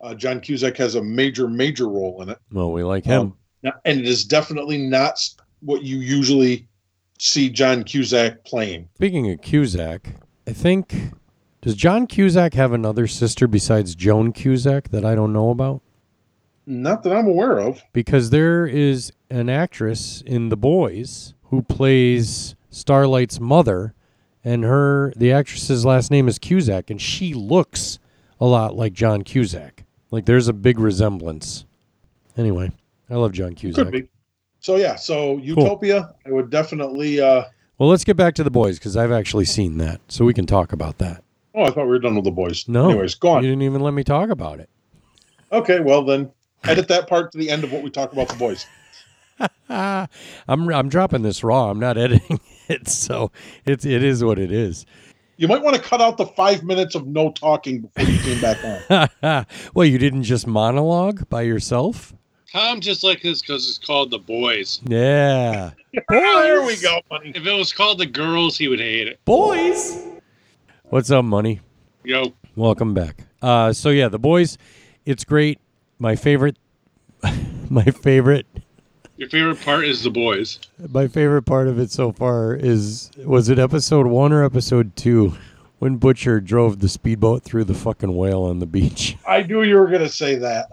S6: Uh, John Cusack has a major, major role in it.
S5: Well, we like him.
S6: Um, And it is definitely not s- what you usually see John Cusack playing.
S5: Speaking of Cusack, I think does John Cusack have another sister besides Joan Cusack that I don't know about?
S6: Not that I'm aware of.
S5: Because there is an actress in The Boys who plays Starlight's mother, and her the actress's last name is Cusack, and she looks a lot like John Cusack. Like there's a big resemblance. Anyway, I love John Cusack.
S6: Could be. So yeah, so Utopia, I would definitely. uh
S5: Well, let's get back to the boys because I've actually seen that, so we can talk about that.
S6: Oh, I thought we were done with the boys.
S5: No,
S6: Anyways, go on.
S5: You didn't even let me talk about it.
S6: Okay, well then, edit that part to the end of what we talk about the boys.
S5: I'm Ah, I'm dropping this raw. I'm not editing it, so it's it is what it is.
S6: You might want to cut out the five minutes of no talking before you came back on.
S5: well, you didn't just monologue by yourself.
S1: Tom just like this because it's called the boys.
S5: Yeah,
S1: there we go, buddy. If it was called the girls, he would hate it.
S5: Boys. What's up, money?
S1: Yo,
S5: Welcome back. Uh, so yeah, the boys, it's great. My favorite, my favorite
S1: your favorite part is the boys.
S5: My favorite part of it so far is was it episode one or episode two when Butcher drove the speedboat through the fucking whale on the beach?
S6: I knew you were going to say that.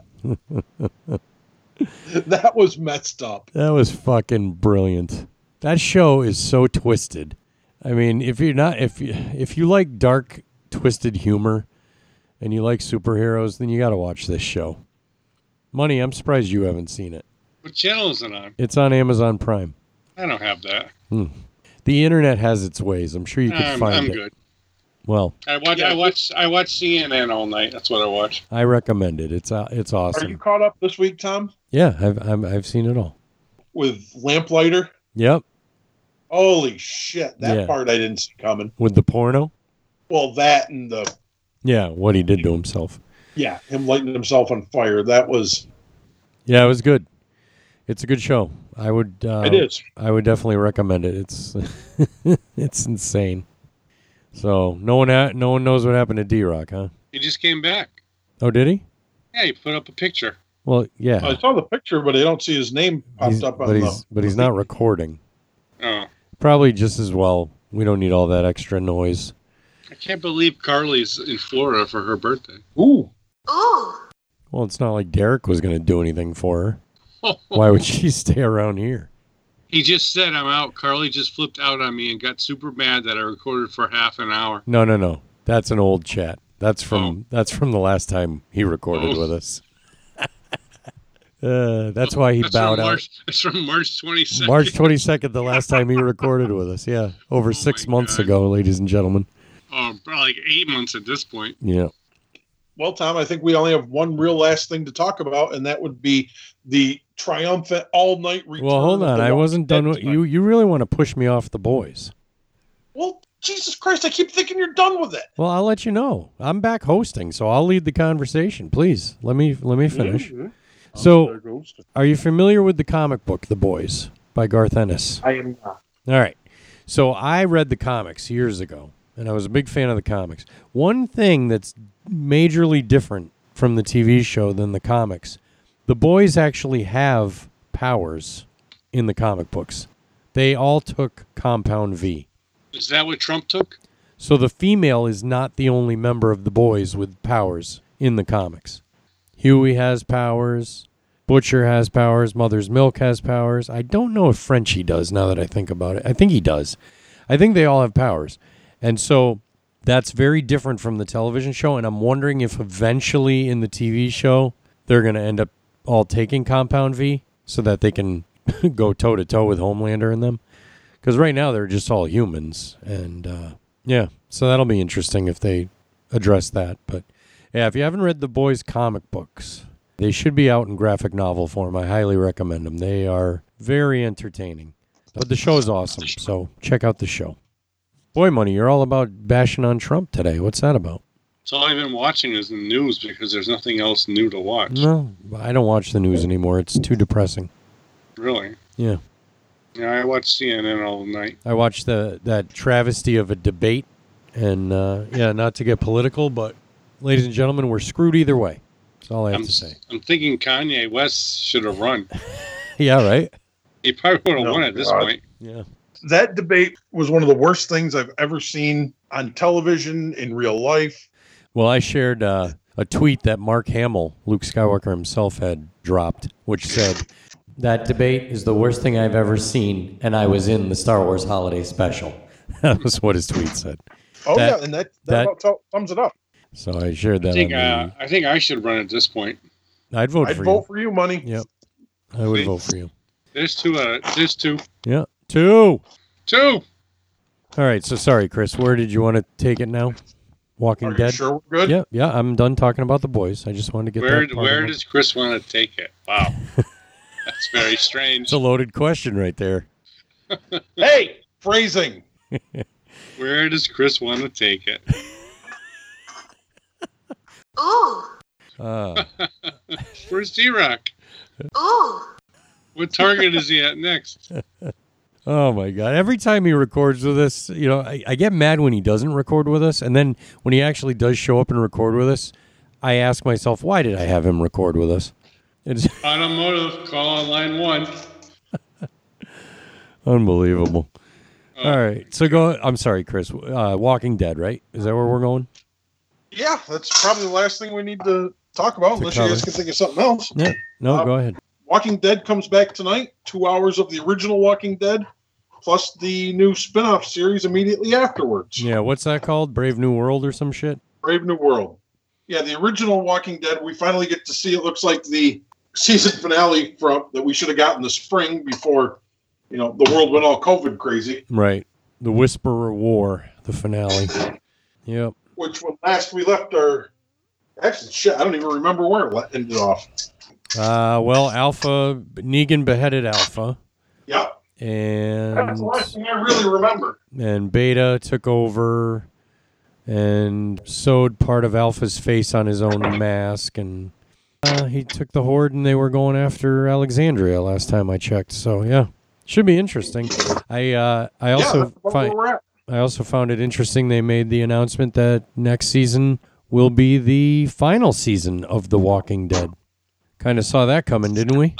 S6: That was messed up.
S5: That was fucking brilliant. That show is so twisted. I mean, if you're not if you if you like dark twisted humor and you like superheroes, then you got to watch this show. Money, I'm surprised you haven't seen it.
S1: What channel is it on?
S5: It's on Amazon Prime.
S1: I don't have that.
S5: Hmm. The internet has its ways. I'm sure you could
S1: I'm,
S5: find
S1: I'm
S5: it.
S1: good.
S5: Well,
S1: I watch. I watch. I watch CNN all night. That's what I watch.
S5: I recommend it. It's uh, it's awesome.
S6: Are you caught up this week, Tom,
S5: yeah, I've I'm, I've seen it all.
S6: with Lamplighter?
S5: Yep,
S6: Holy shit! That
S5: Yeah.
S6: part I didn't see coming.
S5: with the porno.
S6: Well, that and the
S5: Yeah, what he did to himself.
S6: yeah, him lighting himself on fire. That was
S5: Yeah, it was good. It's a good show. I would. Uh,
S6: It is.
S5: I would definitely recommend it. It's it's insane. So no one ha- no one knows what happened to D Rock, huh?
S1: He just came back.
S5: Oh, did he?
S1: Yeah, he put up a picture.
S5: Well, yeah.
S6: I saw the picture, but I don't see his name
S5: Oh.
S6: Oh, popped
S5: He's-
S6: up on
S5: but he's
S6: the.
S5: but he's not recording.
S1: Oh,
S5: Probably just as well. We don't need all that extra noise.
S1: I can't believe Carly's in Florida for her birthday.
S6: Ooh.
S5: Well, it's not like Derek was going to do anything for her. Why would she stay around here?
S1: He just said, "I'm out." Carly just flipped out on me and got super mad that I recorded for half an hour.
S5: No, no, no. That's an old chat. That's
S6: Oh.
S5: from that's from the last time he recorded
S1: Oh.
S5: with us. Uh, that's why he
S1: That's
S5: bowed
S1: from
S5: out.
S1: March, that's from March 22nd.
S5: March 22nd, the last time he recorded with us. Yeah,
S6: Oh
S5: over six months ago, ladies and gentlemen.
S1: Oh, probably like eight months at this point.
S5: Yeah.
S6: Well, Tom, I think we only have one real last thing to talk about, and that would be the triumphant all night return.
S5: Well, hold
S6: of
S5: on.
S6: the
S5: I
S6: Walking
S5: wasn't done
S6: Dead
S5: with
S6: tonight.
S5: you. You really want to push me off the boys.
S6: Well, Jesus Christ! I keep thinking you're done with it.
S5: Well, I'll let you know. I'm back hosting, so I'll lead the conversation. Please let me let me finish.
S6: Mhm. there
S5: So,
S6: goes.
S5: are you familiar with the comic book The Boys by Garth Ennis?
S6: I am not.
S5: All right. So I read the comics years ago, and I was a big fan of the comics. One thing that's majorly different from the TV show than the comics, the boys actually have powers in the comic books. They all took Compound V.
S1: Is that what Trump took?
S5: So the female is not the only member of the boys with powers in the comics. Huey has powers. Butcher has powers. Mother's Milk has powers. I don't know if Frenchie does now that I think about it. I think he does. I think they all have powers. And so that's very different from the television show. And I'm wondering if eventually in the TV show, they're going to end up all taking Compound V so that they can go toe to toe with Homelander and them. Because right now they're just all humans. And uh, yeah, so that'll be interesting if they address that. But yeah, if you haven't read the boys' comic books, they should be out in graphic novel form. I highly recommend them. They are very entertaining. But the show's awesome, so check out the show. Boy, money, you're all about bashing on Trump today. What's that about?
S1: So all I've been watching is the news because there's nothing else new to watch.
S5: No, I don't watch the news anymore. It's too depressing.
S1: Really?
S5: Yeah.
S1: Yeah, I watch CNN all night.
S5: I watched the that travesty of a debate, and uh, yeah, not to get political, but ladies and gentlemen, we're screwed either way. That's all I have
S1: I'm,
S5: to say.
S1: I'm thinking Kanye West should have run.
S5: Yeah, right.
S1: He probably would have won at this
S6: God.
S1: point.
S5: Yeah.
S6: That debate was one of the worst things I've ever seen on television in real life.
S5: Well, I shared uh, a tweet that Mark Hamill, Luke Skywalker himself, had dropped, which said, That debate is the worst thing I've ever seen, and I was in the Star Wars holiday special. that was what his tweet said.
S6: Oh
S5: That-
S6: yeah, and that that,
S5: that-
S6: about tel- sums it up.
S5: So I shared that.
S1: I think
S5: on the-
S1: uh, I think I should run at this point.
S5: I'd vote
S6: I'd
S5: for
S6: vote for you, money.
S5: you. Yep. I would vote for you.
S1: There's two. Uh, there's two.
S5: Yeah. Two.
S1: Two.
S5: All right. So sorry, Chris. Where did you want to take it now? Walking
S1: Are you
S5: Dead.
S1: sure we're good?
S5: Yeah. Yeah. I'm done talking about the boys. I just wanted to get
S1: Where
S5: that part
S1: Where
S5: of it.
S1: does Chris want to take it? Wow, that's very strange.
S5: It's a loaded question right there.
S6: hey, phrasing.
S1: Where does Chris want to take it?
S17: Ooh.
S5: Uh,
S1: Where's D Rock?
S17: Ooh.
S1: What target is he at next?
S5: Oh my god! Every time he records with us, you know, I, I get mad when he doesn't record with us, and then when he actually does show up and record with us, I ask myself, why did I have him record with us? It's
S1: Automotive, call on line one.
S5: unbelievable.
S1: Uh,
S5: All right, so go. I'm sorry, Chris. Uh, Walking Dead, right? Is that where we're going?
S6: Yeah, that's probably the last thing we need to talk about,
S5: To
S6: unless
S5: cover.
S6: you guys can think of something else.
S5: Yeah.
S1: Uh,
S5: No, go ahead.
S6: Walking Dead comes back tonight. Two hours of the original Walking Dead, plus the new spin-off series immediately afterwards.
S5: Yeah. What's that called? Brave New World or some shit?
S6: Brave New World. Yeah, the original Walking Dead. We finally get to see. It looks like the season finale from that we should have gotten the spring before, you know, the world went all COVID crazy.
S5: Right. The Whisperer War, the finale. yep.
S6: Which when last we left our, actually shit, I don't even remember where it le- ended off.
S5: Uh, well, Alpha Negan beheaded Alpha,
S6: Yeah, that's
S5: and
S6: the last thing I really remember.
S5: and Beta took over and sewed part of Alpha's face on his own mask, and uh, he took the horde, and they were going after Alexandria last time I checked. So yeah, should be interesting. I uh, I also
S6: that's about
S5: fi-
S6: where we're at.
S5: I also found it interesting they made the announcement that next season will be the final season of The Walking Dead. Kind of saw that coming, didn't we?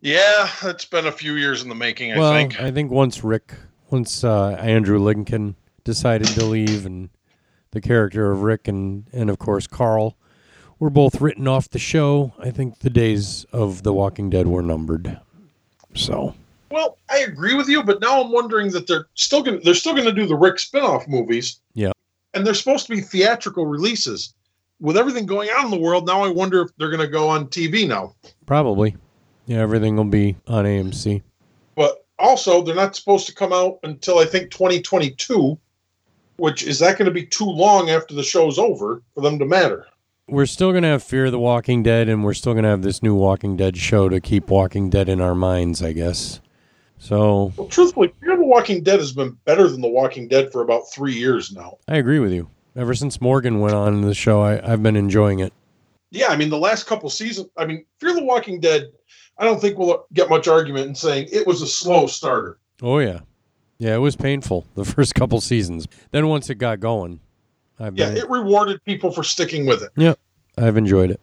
S6: Yeah, it's been a few years in the making. I
S5: well,
S6: think.
S5: I think once Rick, once uh, Andrew Lincoln decided to leave, and the character of Rick and and of course Carl were both written off the show. I think the days of The Walking Dead were numbered. So
S6: Well, I agree with you, but now I'm wondering that they're still going. to They're still going to do the Rick spinoff movies,
S5: yeah,
S6: and they're supposed to be theatrical releases. With everything going on in the world now, I wonder if they're going to go on TV now.
S5: probably. Yeah, everything will be on AMC.
S6: But also, they're not supposed to come out until I think 2022, which is that going to be too long after the show's over for them to matter?
S5: we're still going to have Fear of the Walking Dead, and we're still going to have this new Walking Dead show to keep Walking Dead in our minds, I guess. So
S6: Well, truthfully, Fear the Walking Dead has been better than The Walking Dead for about three years now.
S5: I agree with you. Ever since Morgan went on the show, I, I've been enjoying it.
S6: Yeah, I mean, the last couple seasons, I mean, Fear the Walking Dead, I don't think we'll get much argument in saying it was a slow starter.
S5: Oh yeah, yeah, it was painful the first couple seasons. Then once it got going, I've
S6: Yeah,
S5: been,
S6: it rewarded people for sticking with it.
S5: yeah, I've enjoyed it.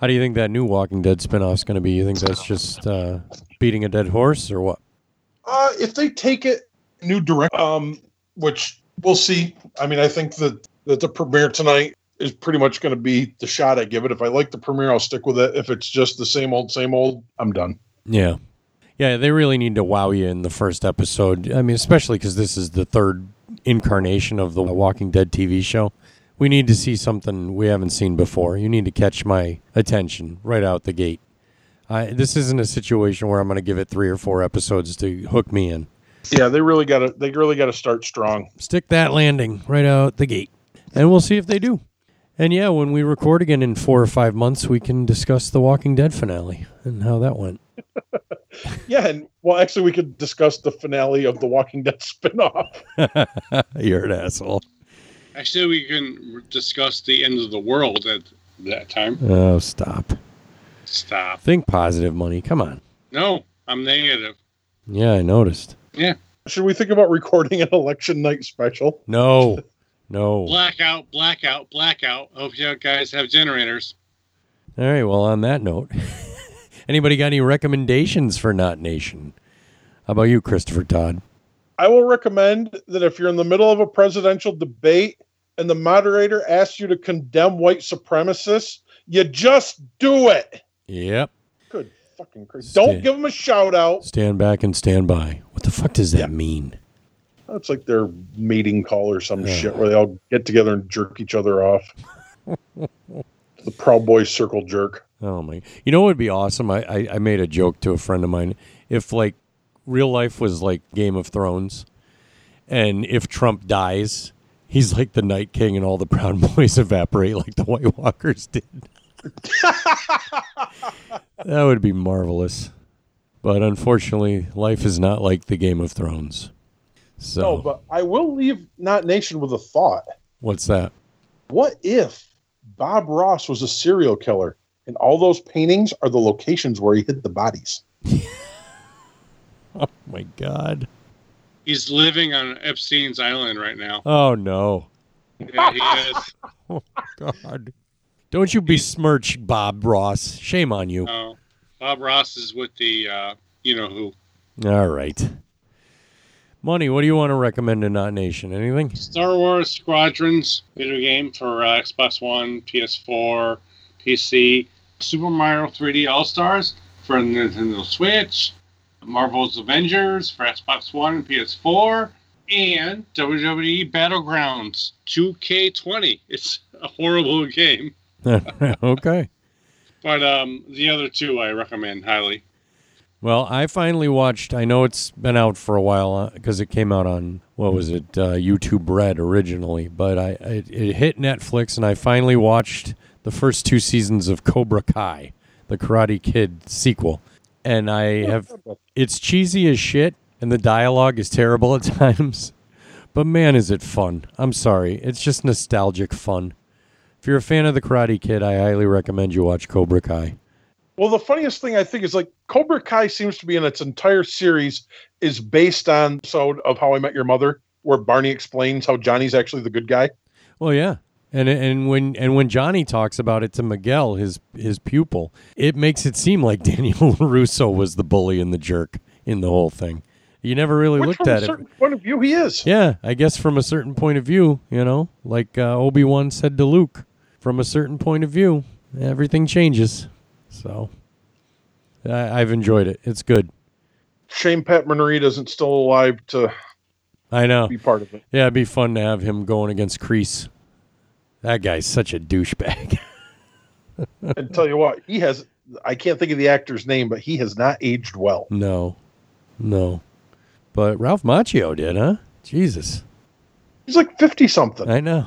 S5: How do you think that new Walking Dead spinoff's going to be? You think that's just uh, beating a dead horse or what?
S6: Uh, if they take it new direct, um, which we'll see. I mean, I think that that the premiere tonight is pretty much going to be the shot I give it. If I like the premiere, I'll stick with it. If it's just the same old, same old, I'm done.
S5: Yeah. Yeah, they really need to wow you in the first episode. I mean, especially because this is the third incarnation of the Walking Dead TV show. We need to see something we haven't seen before. You need to catch my attention right out the gate. I, this isn't a situation where I'm going to give it three or four episodes to hook me in.
S6: Yeah, they really got to. They really got to start strong.
S5: Stick that landing right out the gate, and we'll see if they do. And yeah, when we record again in four or five months, we can discuss the Walking Dead finale and how that went.
S6: Yeah, and well, actually, we could discuss the finale of the Walking Dead spinoff.
S5: You're an asshole.
S1: Actually, we can r- discuss the end of the world at that time.
S5: Oh, stop.
S1: Stop.
S5: Think positive money. Come on.
S1: No, I'm negative.
S5: Yeah, I noticed.
S1: Yeah.
S6: Should we think about recording an election night special?
S5: No, no. All
S1: Blackout, blackout, blackout. Hope you guys have generators.
S5: right. Well, on that note, anybody got any recommendations for Not Nation? How about you, Christopher Todd?
S6: I will recommend that if you're in the middle of a presidential debate and the moderator asks you to condemn white supremacists, you just do it.
S5: Yep.
S6: Good fucking crazy. Don't
S5: Stay-
S6: give them a shout out.
S5: Stand back and stand by. What the fuck does that mean?
S6: It's like their meeting call or some shit where they all get together and jerk each other off. the Proud Boys circle jerk.
S5: Oh my! You know what would be awesome? I, I I made a joke to a friend of mine. If like real life was like Game of Thrones, and if Trump dies, he's like the Night King, and all the Proud Boys evaporate like the White Walkers did. that would be marvelous. But unfortunately, life is not like the Game of Thrones. So
S6: No, Oh, but I will leave Not Nation with a thought.
S5: what's that?
S6: What if Bob Ross was a serial killer and all those paintings are the locations where he hid the bodies?
S5: Oh my God!
S1: He's living on Epstein's island right now.
S5: Oh no!
S1: Yeah, he is.
S5: Oh God! Don't you besmirch Bob Ross. Shame on you.
S1: No. Uh, Bob Ross is with the uh, you know who.
S5: All right. Money, what do you want to recommend to Not Nation? Anything?
S1: Star Wars Squadrons video game for uh, Xbox One, PS4, PC. Super Mario 3D All Stars for Nintendo Switch. Marvel's Avengers for Xbox One and PS4. And WWE Battlegrounds 2K20. It's a horrible game,
S5: okay.
S1: but um, the other two I recommend highly.
S5: Well, I finally watched. I know it's been out for a while because it came out on what was it, uh, YouTube Red originally, but I it, it hit Netflix, and I finally watched the first two seasons of Cobra Kai, the Karate Kid sequel, and I have. It's cheesy as shit, and the dialogue is terrible at times, but man, is it fun! I'm sorry, it's just nostalgic fun. If you're a fan of the Karate Kid, I highly recommend you watch Cobra Kai.
S6: Well, the funniest thing I think is like Cobra Kai seems to be in its entire series is based on episode of How I Met Your Mother, where Barney explains how Johnny's actually the good guy.
S5: Well, yeah, and and when and when Johnny talks about it to Miguel, his his pupil, it makes it seem like Daniel Russo was the bully and the jerk in the whole thing. You never really
S6: Which
S5: looked
S6: from a
S5: at it.
S6: certain point of view, he is.
S5: Yeah, I guess from a certain point of view, you know, like uh, Obi Wan said to Luke, from a certain point of view, everything changes. So I, I've enjoyed it. It's good.
S6: Shame Pat Morita isn't still alive to
S5: I know.
S6: be part of it.
S5: Yeah, it'd be fun to have him going against Crease. That guy's such a douchebag.
S6: and tell you what, he has I can't think of the actor's name, but he has not aged well.
S5: No, no. But Ralph Macchio did, huh? Jesus.
S6: He's like 50 something.
S5: I know.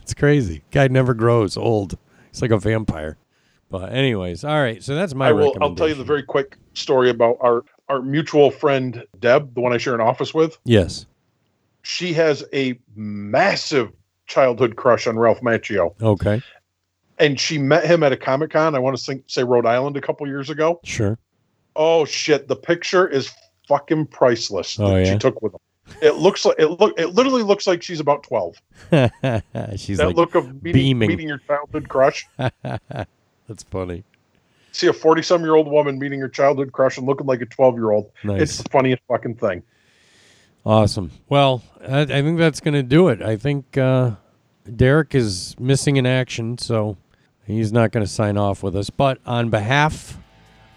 S5: It's crazy. Guy never grows old. He's like a vampire. But, anyways, all right. So that's my
S6: I will I'll tell you the very quick story about our our mutual friend Deb, the one I share an office with.
S5: Yes.
S6: She has a massive childhood crush on Ralph Macchio.
S5: Okay.
S6: and she met him at a comic con. I want to think, say Rhode Island a couple years ago.
S5: Sure.
S6: Oh shit, the picture is fucking priceless
S5: Oh,
S6: that
S5: yeah?
S6: she took with him. It looks like it look it literally looks like she's about twelve.
S5: She's
S6: that
S5: like,
S6: look of meeting,
S5: beaming.
S6: meeting your childhood crush.
S5: that's funny.
S6: See a forty some year old woman meeting her childhood crush and looking like a twelve year old.
S5: Nice.
S6: It's the funniest fucking thing.
S5: Awesome. Well, I, I think that's going to do it. I think uh, Derek is missing in action, so he's not going to sign off with us. But on behalf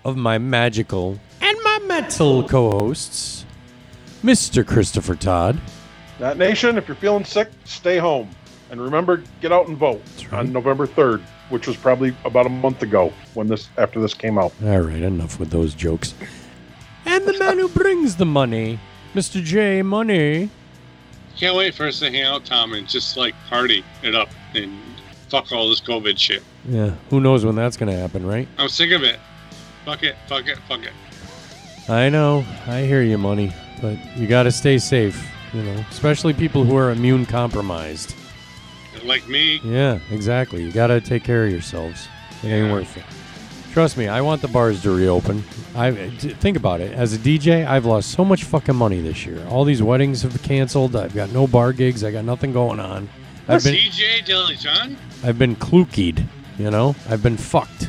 S5: of my magical and my mental co hosts, Mr. Christopher Todd,
S6: That nation, if you're feeling sick, stay home. And remember, get out and vote on November third, which was probably about a month ago when this after this came out.
S5: All right, enough with those jokes. and the man who brings the money, Mr. J Money.
S1: Can't wait for us to hang out, Tom, and just like party it up and fuck all this COVID shit.
S5: Yeah, who knows when that's going to happen, right?
S1: I'm sick of it. Fuck it, fuck it, fuck it.
S5: I know. I hear you, money. But you got to stay safe, you know, especially people who are immune compromised.
S1: Like me.
S5: Yeah, exactly. You got to take care of yourselves. It ain't worth it. Trust me, I want the bars to reopen. I t- think about it. As a DJ, I've lost so much fucking money this year. All these weddings have canceled. I've got no bar gigs. I got nothing going on. I've been
S1: DJ Delijon?
S5: I've been klookied, you know. I've been fucked.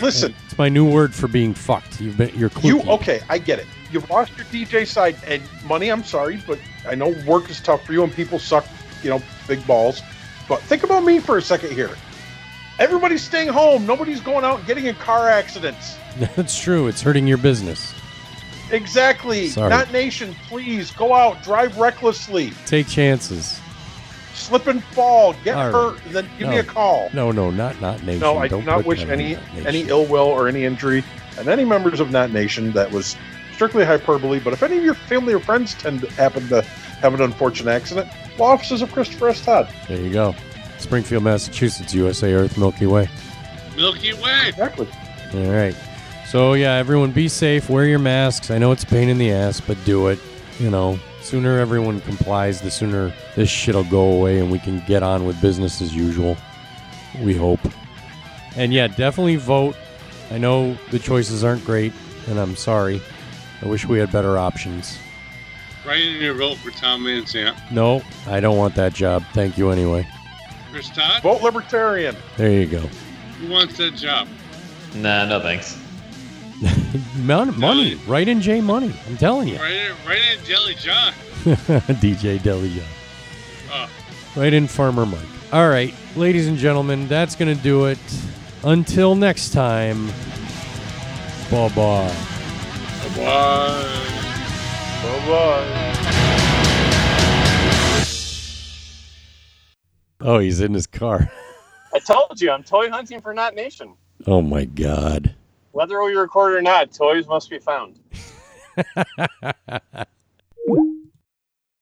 S6: Listen,
S5: It's my new word for being fucked. You've been you're klookied.
S6: You okay? I get it. you've lost your DJ side and money. I'm sorry, but I know work is tough for you and people suck, you know, big balls. But think about me for a second here. Everybody's staying home. Nobody's going out and getting in car accidents.
S5: That's true. It's hurting your business.
S6: Exactly.
S5: Sorry.
S6: Not nation. Please go out, drive recklessly,
S5: Take chances.
S6: slip and fall, get
S5: All right.
S6: hurt, and then give me
S5: No.
S6: a call.
S5: No, no, not not nation.
S6: No, I do
S5: Don't
S6: not
S5: put
S6: wish
S5: that on
S6: any
S5: Not Nation.
S6: any ill will or any injury and any members of Not Nation. That was strictly hyperbole. But if any of your family or friends tend to happen to have an unfortunate accident, law offices of Christopher S. Todd.
S5: There you go. Springfield, Massachusetts, USA Earth, Milky Way.
S1: Milky Way.
S6: Exactly.
S5: All right. So yeah, everyone be safe, wear your masks. I know it's a pain in the ass, but do it. You know, sooner everyone complies, the sooner this shit'll go away and we can get on with business as usual. We hope. And yeah, definitely vote. I know the choices aren't great, and I'm sorry. I wish we had better options.
S1: Write in your vote for Tom Manzant.
S5: No, I don't want that job. Thank you anyway.
S1: Chris Todd,
S6: Vote Libertarian.
S5: There you go.
S1: who wants that job?
S18: Nah, no thanks.
S5: Mon- money, right in J money. I'm telling you.
S1: Write in, write in Jelly John.
S5: DJ Deli John. Ah. Right in Farmer Mike. All right, ladies and gentlemen, that's going to do it. Until next time, bye bye.
S1: Bye.
S6: Bye bye.
S5: Oh, he's in his car.
S7: I told you, I'm toy hunting for Not Nation.
S5: Oh, my God.
S7: Whether we record or not, toys must be found.